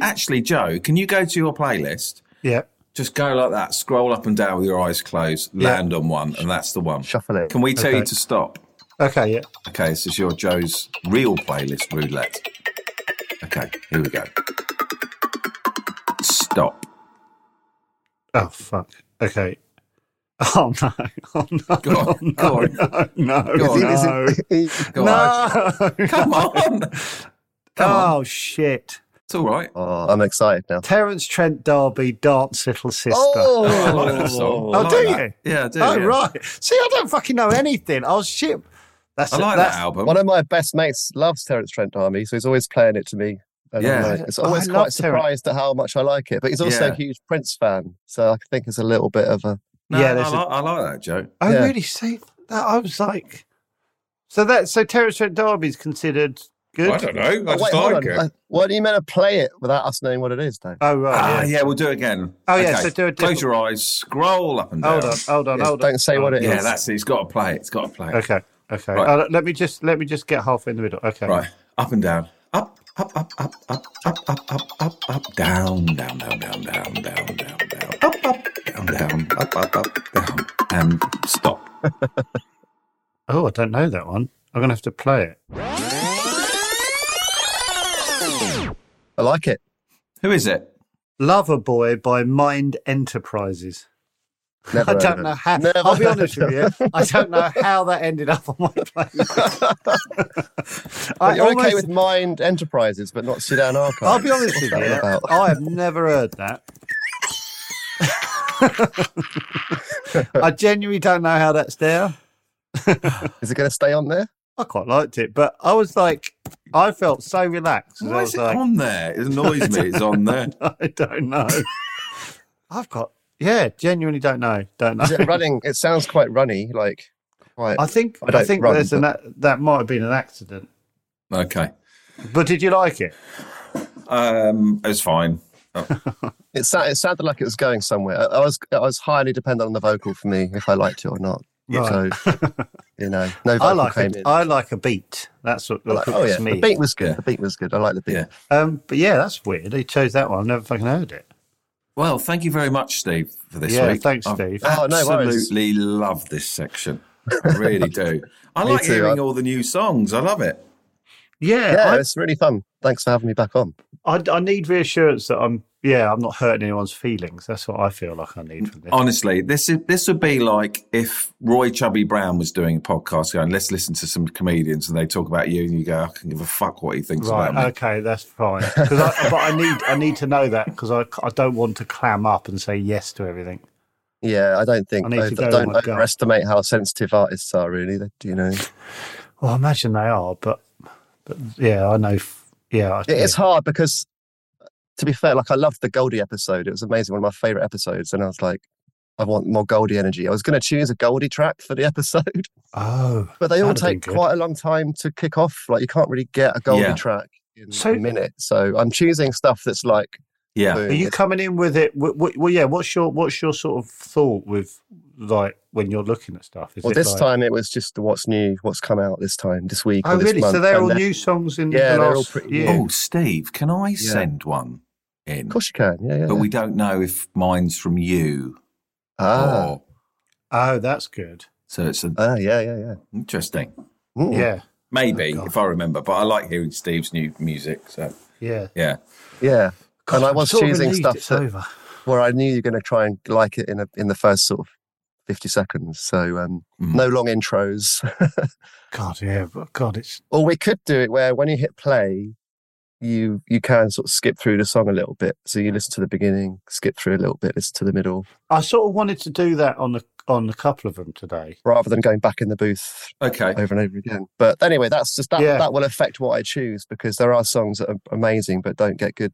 [SPEAKER 3] Actually, Joe, can you go to your playlist?
[SPEAKER 5] Yeah.
[SPEAKER 3] Just go like that, scroll up and down with your eyes closed,
[SPEAKER 5] Yeah.
[SPEAKER 3] land on one, and that's the one.
[SPEAKER 4] Shuffle it.
[SPEAKER 3] Can we tell you
[SPEAKER 5] Okay.
[SPEAKER 3] to stop?
[SPEAKER 5] Okay. Yeah.
[SPEAKER 3] Okay, this is your Joe's real playlist roulette. Okay, here we go. Stop.
[SPEAKER 5] Oh fuck. Okay. Oh no. Oh no.
[SPEAKER 3] Go on,
[SPEAKER 5] Oh,
[SPEAKER 3] go on.
[SPEAKER 5] No. No.
[SPEAKER 3] Go on.
[SPEAKER 5] no.
[SPEAKER 4] Oh,
[SPEAKER 3] Go on.
[SPEAKER 5] No.
[SPEAKER 3] Come on. Come on.
[SPEAKER 5] Oh shit.
[SPEAKER 3] It's all right.
[SPEAKER 4] oh, I'm excited now.
[SPEAKER 5] Terence Trent D'Arby dance little sister.
[SPEAKER 3] I like that song. I
[SPEAKER 5] Oh,
[SPEAKER 3] like
[SPEAKER 5] do
[SPEAKER 3] that.
[SPEAKER 5] you?
[SPEAKER 3] Yeah, I do.
[SPEAKER 5] Oh,
[SPEAKER 3] yeah.
[SPEAKER 5] right. See, I don't fucking know anything. Oh shit. That's
[SPEAKER 3] I like
[SPEAKER 5] that's,
[SPEAKER 3] that album.
[SPEAKER 4] One of my best mates loves Terence Trent D'Arby, so he's always playing it to me. And
[SPEAKER 3] Yeah.
[SPEAKER 4] I'm like, it's
[SPEAKER 5] Oh, I
[SPEAKER 4] always
[SPEAKER 5] love
[SPEAKER 4] quite
[SPEAKER 5] Terence.
[SPEAKER 4] surprised at how much I like it. But he's also
[SPEAKER 3] Yeah.
[SPEAKER 4] a huge Prince fan, so I think it's a little bit of a
[SPEAKER 3] No,
[SPEAKER 5] Yeah,
[SPEAKER 3] I,
[SPEAKER 5] there's
[SPEAKER 3] like,
[SPEAKER 5] a-
[SPEAKER 3] I like that, Joe.
[SPEAKER 5] I
[SPEAKER 4] Yeah.
[SPEAKER 5] really see that. I was like, so that so Terence Trent D'Arby's considered good.
[SPEAKER 3] I don't know. I
[SPEAKER 4] Oh,
[SPEAKER 3] just
[SPEAKER 4] wait, hold
[SPEAKER 3] like
[SPEAKER 4] on.
[SPEAKER 3] it.
[SPEAKER 4] Uh, Why do you meant to play it without us knowing what it is, though?
[SPEAKER 5] Oh right.
[SPEAKER 3] Ah,
[SPEAKER 5] yeah.
[SPEAKER 3] yeah, we'll do it again.
[SPEAKER 5] Oh, yeah, so do a different-
[SPEAKER 3] Close your eyes, scroll up and down.
[SPEAKER 5] Hold on, hold on,
[SPEAKER 4] Yeah,
[SPEAKER 5] hold on. Oh,
[SPEAKER 4] don't say what it
[SPEAKER 3] Yeah,
[SPEAKER 4] is.
[SPEAKER 3] that's it. It's got to play. It's got to play.
[SPEAKER 5] Okay, okay.
[SPEAKER 3] Right.
[SPEAKER 5] Uh, let me just let me just get half in the middle. Okay.
[SPEAKER 3] Right, up and down. Up, up, up, up, up, up, up, up, up, up, down, down, down, down, down, down, down, down, up, up, down, down, up, up, up, down, and stop.
[SPEAKER 5] Oh, I don't know that one. I'm gonna have to play it.
[SPEAKER 4] I like it.
[SPEAKER 3] Who is it?
[SPEAKER 5] Lover Boy by Mind Enterprises.
[SPEAKER 4] Never
[SPEAKER 5] I
[SPEAKER 4] heard
[SPEAKER 5] don't
[SPEAKER 4] of
[SPEAKER 5] know
[SPEAKER 4] it.
[SPEAKER 5] how.
[SPEAKER 4] Never
[SPEAKER 5] I'll be
[SPEAKER 4] heard
[SPEAKER 5] honest
[SPEAKER 4] of
[SPEAKER 5] with you. I don't know how that ended up on my playlist. I
[SPEAKER 4] But you're
[SPEAKER 5] almost-
[SPEAKER 4] okay with Mind Enterprises, but not Sudan Archives.
[SPEAKER 5] I'll be honest
[SPEAKER 4] What's
[SPEAKER 5] with you.
[SPEAKER 4] that all about?
[SPEAKER 5] I have never heard that. I genuinely don't know how that's there.
[SPEAKER 4] Is it going to stay on there?
[SPEAKER 5] I quite liked it, but I was like, I felt so relaxed. as I
[SPEAKER 3] Why
[SPEAKER 5] was
[SPEAKER 3] is it
[SPEAKER 5] like,
[SPEAKER 3] on there? It annoys me. It's on there.
[SPEAKER 5] I don't know. I've got yeah, genuinely don't know. Don't know.
[SPEAKER 4] Is it running? It sounds quite runny, like quite.
[SPEAKER 5] I think
[SPEAKER 4] I
[SPEAKER 5] I,
[SPEAKER 4] don't
[SPEAKER 5] think
[SPEAKER 4] run,
[SPEAKER 5] there's an a- that might have been an accident.
[SPEAKER 3] Okay,
[SPEAKER 5] But did you like it?
[SPEAKER 3] um, it's fine.
[SPEAKER 4] It, sa- it sounded like it was going somewhere. I, I was I was highly dependent on the vocal for me if I liked it or not.
[SPEAKER 5] Right.
[SPEAKER 4] So you know, no vocal
[SPEAKER 5] I like
[SPEAKER 4] came
[SPEAKER 5] a,
[SPEAKER 4] in.
[SPEAKER 5] I like a beat. That's what
[SPEAKER 4] I
[SPEAKER 5] that's
[SPEAKER 4] like-
[SPEAKER 5] what
[SPEAKER 4] oh yeah,
[SPEAKER 5] gets me.
[SPEAKER 4] the beat was good.
[SPEAKER 3] Yeah.
[SPEAKER 4] The beat was good. I like the beat.
[SPEAKER 3] Yeah.
[SPEAKER 5] Um, but yeah, that's weird. He chose that one. I've never fucking heard it.
[SPEAKER 3] Well, thank you very much, Steve, for this
[SPEAKER 5] Yeah,
[SPEAKER 3] week.
[SPEAKER 5] thanks,
[SPEAKER 3] I've
[SPEAKER 5] Steve.
[SPEAKER 4] Oh, no worries.
[SPEAKER 3] absolutely love this section. I really do. I like
[SPEAKER 4] too,
[SPEAKER 3] hearing
[SPEAKER 4] I-
[SPEAKER 3] all the new songs. I love it.
[SPEAKER 5] Yeah,
[SPEAKER 4] Yeah, it's really fun. Thanks for having me back on.
[SPEAKER 5] I, I I need reassurance that I'm yeah, I'm not hurting anyone's feelings. That's what I feel like I need from this.
[SPEAKER 3] Honestly, this is this would be like if Roy Chubby Brown was doing a podcast going, let's listen to some comedians and they talk about you and you go, I can give a fuck what he thinks
[SPEAKER 5] Right.
[SPEAKER 3] about me.
[SPEAKER 5] Okay, that's fine. 'Cause I, but I need I need to know that because I, I don't want to clam up and say yes to everything.
[SPEAKER 4] Yeah, I don't think
[SPEAKER 5] I need to
[SPEAKER 4] over-
[SPEAKER 5] go with
[SPEAKER 4] don't
[SPEAKER 5] my gut.
[SPEAKER 4] overestimate how sensitive artists are. Really, They- you know,
[SPEAKER 5] Well, I imagine they are, but but yeah, I know. f- Yeah, I-
[SPEAKER 4] it's hard because, to be fair, like I loved the Goldie episode. It was amazing, one of my favorite episodes, and I was like, I want more Goldie energy. I was going to choose a Goldie track for the episode,
[SPEAKER 5] Oh,
[SPEAKER 4] but they all
[SPEAKER 5] That'd have been
[SPEAKER 4] take
[SPEAKER 5] good.
[SPEAKER 4] quite a long time to kick off. Like you can't really get a Goldie
[SPEAKER 3] Yeah.
[SPEAKER 4] track in
[SPEAKER 5] So-
[SPEAKER 4] a minute. So I'm choosing stuff that's like,
[SPEAKER 3] Yeah.
[SPEAKER 4] boom,
[SPEAKER 5] Are you
[SPEAKER 4] it's-
[SPEAKER 5] coming in with it? w- w- Well, yeah. What's your what's your sort of thought with like when you're looking at stuff? Is
[SPEAKER 4] well,
[SPEAKER 5] it
[SPEAKER 4] this
[SPEAKER 5] like-
[SPEAKER 4] time it was just what's new, what's come out this time, this week.
[SPEAKER 5] Oh,
[SPEAKER 4] or this
[SPEAKER 5] really? So
[SPEAKER 4] month,
[SPEAKER 5] they're
[SPEAKER 4] and
[SPEAKER 5] all
[SPEAKER 4] then-
[SPEAKER 5] new songs in
[SPEAKER 4] Yeah,
[SPEAKER 5] the
[SPEAKER 4] they're all
[SPEAKER 5] last
[SPEAKER 4] pretty
[SPEAKER 5] year.
[SPEAKER 4] new.
[SPEAKER 3] Oh, Steve, can I send one in?
[SPEAKER 4] Of course you can. Yeah, yeah.
[SPEAKER 3] But
[SPEAKER 4] yeah.
[SPEAKER 3] we don't know if mine's from you
[SPEAKER 4] ah,
[SPEAKER 3] or
[SPEAKER 5] Oh, that's good.
[SPEAKER 3] so it's a,
[SPEAKER 4] ah, yeah, yeah, yeah.
[SPEAKER 3] interesting.
[SPEAKER 4] Mm.
[SPEAKER 5] Yeah,
[SPEAKER 3] Maybe,
[SPEAKER 5] God.
[SPEAKER 3] if I remember, but I like hearing Steve's new music. So
[SPEAKER 5] yeah.
[SPEAKER 3] yeah.
[SPEAKER 4] Yeah, And I
[SPEAKER 5] I'm
[SPEAKER 4] was
[SPEAKER 5] sort of
[SPEAKER 4] choosing
[SPEAKER 5] relieved
[SPEAKER 4] stuff
[SPEAKER 5] It's
[SPEAKER 4] that-
[SPEAKER 5] over.
[SPEAKER 4] where I knew you're going to try and like it in a, in the first sort of fifty seconds. So um,
[SPEAKER 3] Mm.
[SPEAKER 4] no long intros.
[SPEAKER 5] God, yeah. But God, it's
[SPEAKER 4] or we could do it where when you hit play, you you can sort of skip through the song a little bit. So you listen to the beginning, skip through a little bit, listen to the middle,
[SPEAKER 5] I sort of wanted to do that on the on a couple of them today.
[SPEAKER 4] rather than going back in the booth
[SPEAKER 3] Okay.
[SPEAKER 4] over and over again. But anyway, that's just that
[SPEAKER 5] Yeah.
[SPEAKER 4] that will affect what I choose because there are songs that are amazing but don't get good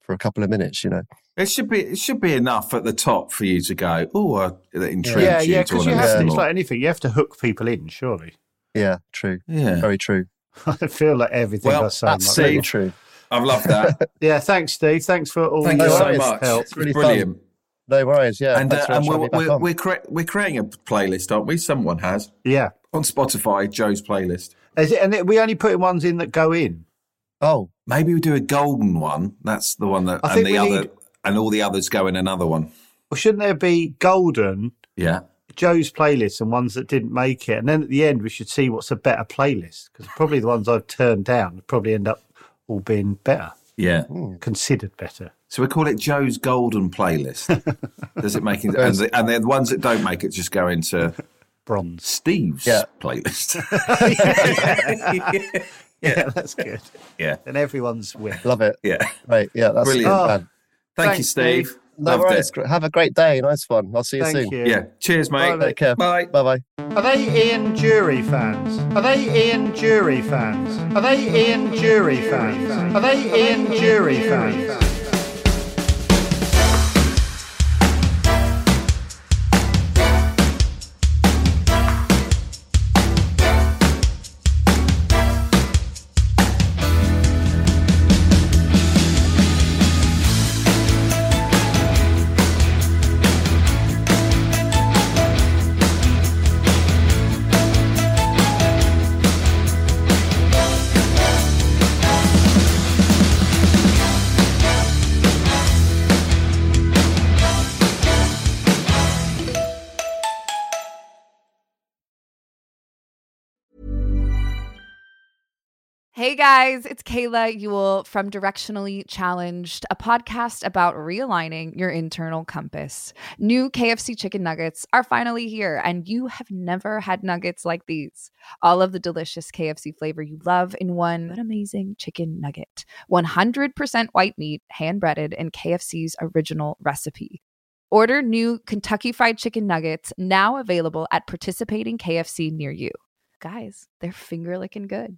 [SPEAKER 4] for a couple of minutes. You know.
[SPEAKER 3] It should be it should be enough at the top for you to go, oh, uh, that intrigues
[SPEAKER 5] yeah,
[SPEAKER 3] you
[SPEAKER 5] yeah.
[SPEAKER 3] to want
[SPEAKER 5] Because you
[SPEAKER 3] to
[SPEAKER 5] have
[SPEAKER 3] listen
[SPEAKER 5] to, it's
[SPEAKER 3] more.
[SPEAKER 5] like anything. You have to hook people in. Surely,
[SPEAKER 4] Yeah. True.
[SPEAKER 3] yeah.
[SPEAKER 4] Very true.
[SPEAKER 5] I feel like everything
[SPEAKER 3] Well,
[SPEAKER 5] I say.
[SPEAKER 3] that's
[SPEAKER 5] might-
[SPEAKER 3] Steve.
[SPEAKER 4] Very true.
[SPEAKER 3] I've loved that.
[SPEAKER 5] Yeah. Thanks, Steve. Thanks for all
[SPEAKER 3] Thank
[SPEAKER 5] your
[SPEAKER 3] you so
[SPEAKER 4] worries.
[SPEAKER 3] much.
[SPEAKER 5] help.
[SPEAKER 4] It's really
[SPEAKER 3] Brilliant.
[SPEAKER 4] No worries. Yeah.
[SPEAKER 3] And,
[SPEAKER 4] thanks
[SPEAKER 3] uh,
[SPEAKER 4] very
[SPEAKER 3] and
[SPEAKER 4] much for
[SPEAKER 3] we're,
[SPEAKER 4] having me back
[SPEAKER 3] we're,
[SPEAKER 4] on.
[SPEAKER 3] we're, cre- we're creating a playlist, aren't we? Someone has.
[SPEAKER 5] Yeah.
[SPEAKER 3] On Spotify, Joe's playlist.
[SPEAKER 5] Is it? And it, we only put ones in that go in.
[SPEAKER 4] Oh,
[SPEAKER 3] Maybe we do a golden one. That's the one that,
[SPEAKER 5] I
[SPEAKER 3] and
[SPEAKER 5] think
[SPEAKER 3] the
[SPEAKER 5] we
[SPEAKER 3] other,
[SPEAKER 5] need-
[SPEAKER 3] and all the others go in another one.
[SPEAKER 5] Well, shouldn't there be golden
[SPEAKER 3] Yeah.
[SPEAKER 5] Joe's playlists and ones that didn't make it? And then at the end, we should see what's a better playlist because probably the ones I've turned down would probably end up all being better,
[SPEAKER 3] Yeah.
[SPEAKER 5] considered better.
[SPEAKER 3] So we call it Joe's golden playlist. Does it make it? And, the, and then the ones that don't make it just go into
[SPEAKER 5] Bronze.
[SPEAKER 3] Steve's
[SPEAKER 4] Yeah.
[SPEAKER 3] playlist.
[SPEAKER 5] Yeah, that's good.
[SPEAKER 3] Yeah.
[SPEAKER 5] And everyone's win.
[SPEAKER 4] love it.
[SPEAKER 3] yeah.
[SPEAKER 4] Right. Yeah. That's
[SPEAKER 3] Brilliant.
[SPEAKER 4] good, man.
[SPEAKER 3] Thank you,
[SPEAKER 5] Thanks,
[SPEAKER 3] Steve.
[SPEAKER 5] Steve.
[SPEAKER 4] No
[SPEAKER 3] Loved
[SPEAKER 4] worries.
[SPEAKER 3] it.
[SPEAKER 4] Gr- Have a great day. Nice one. I'll see you
[SPEAKER 5] Thank
[SPEAKER 4] soon.
[SPEAKER 5] you.
[SPEAKER 3] Yeah. Cheers, mate.
[SPEAKER 4] Take care.
[SPEAKER 3] Bye.
[SPEAKER 4] Bye bye.
[SPEAKER 5] Are they Ian Jury fans? Are they Ian Jury fans? Are they Ian Jury fans? Are they Ian Jury fans?
[SPEAKER 1] Hey guys, it's Kayla Yule from Directionally Challenged, a podcast about realigning your internal compass. New KFC chicken nuggets are finally here, and you have never had nuggets like these. All of the delicious KFC flavor you love in one but amazing chicken nugget. 100% white meat, hand breaded, and KFC's original recipe. Order new Kentucky Fried Chicken Nuggets now available at participating KFC near you. Guys, they're finger licking good.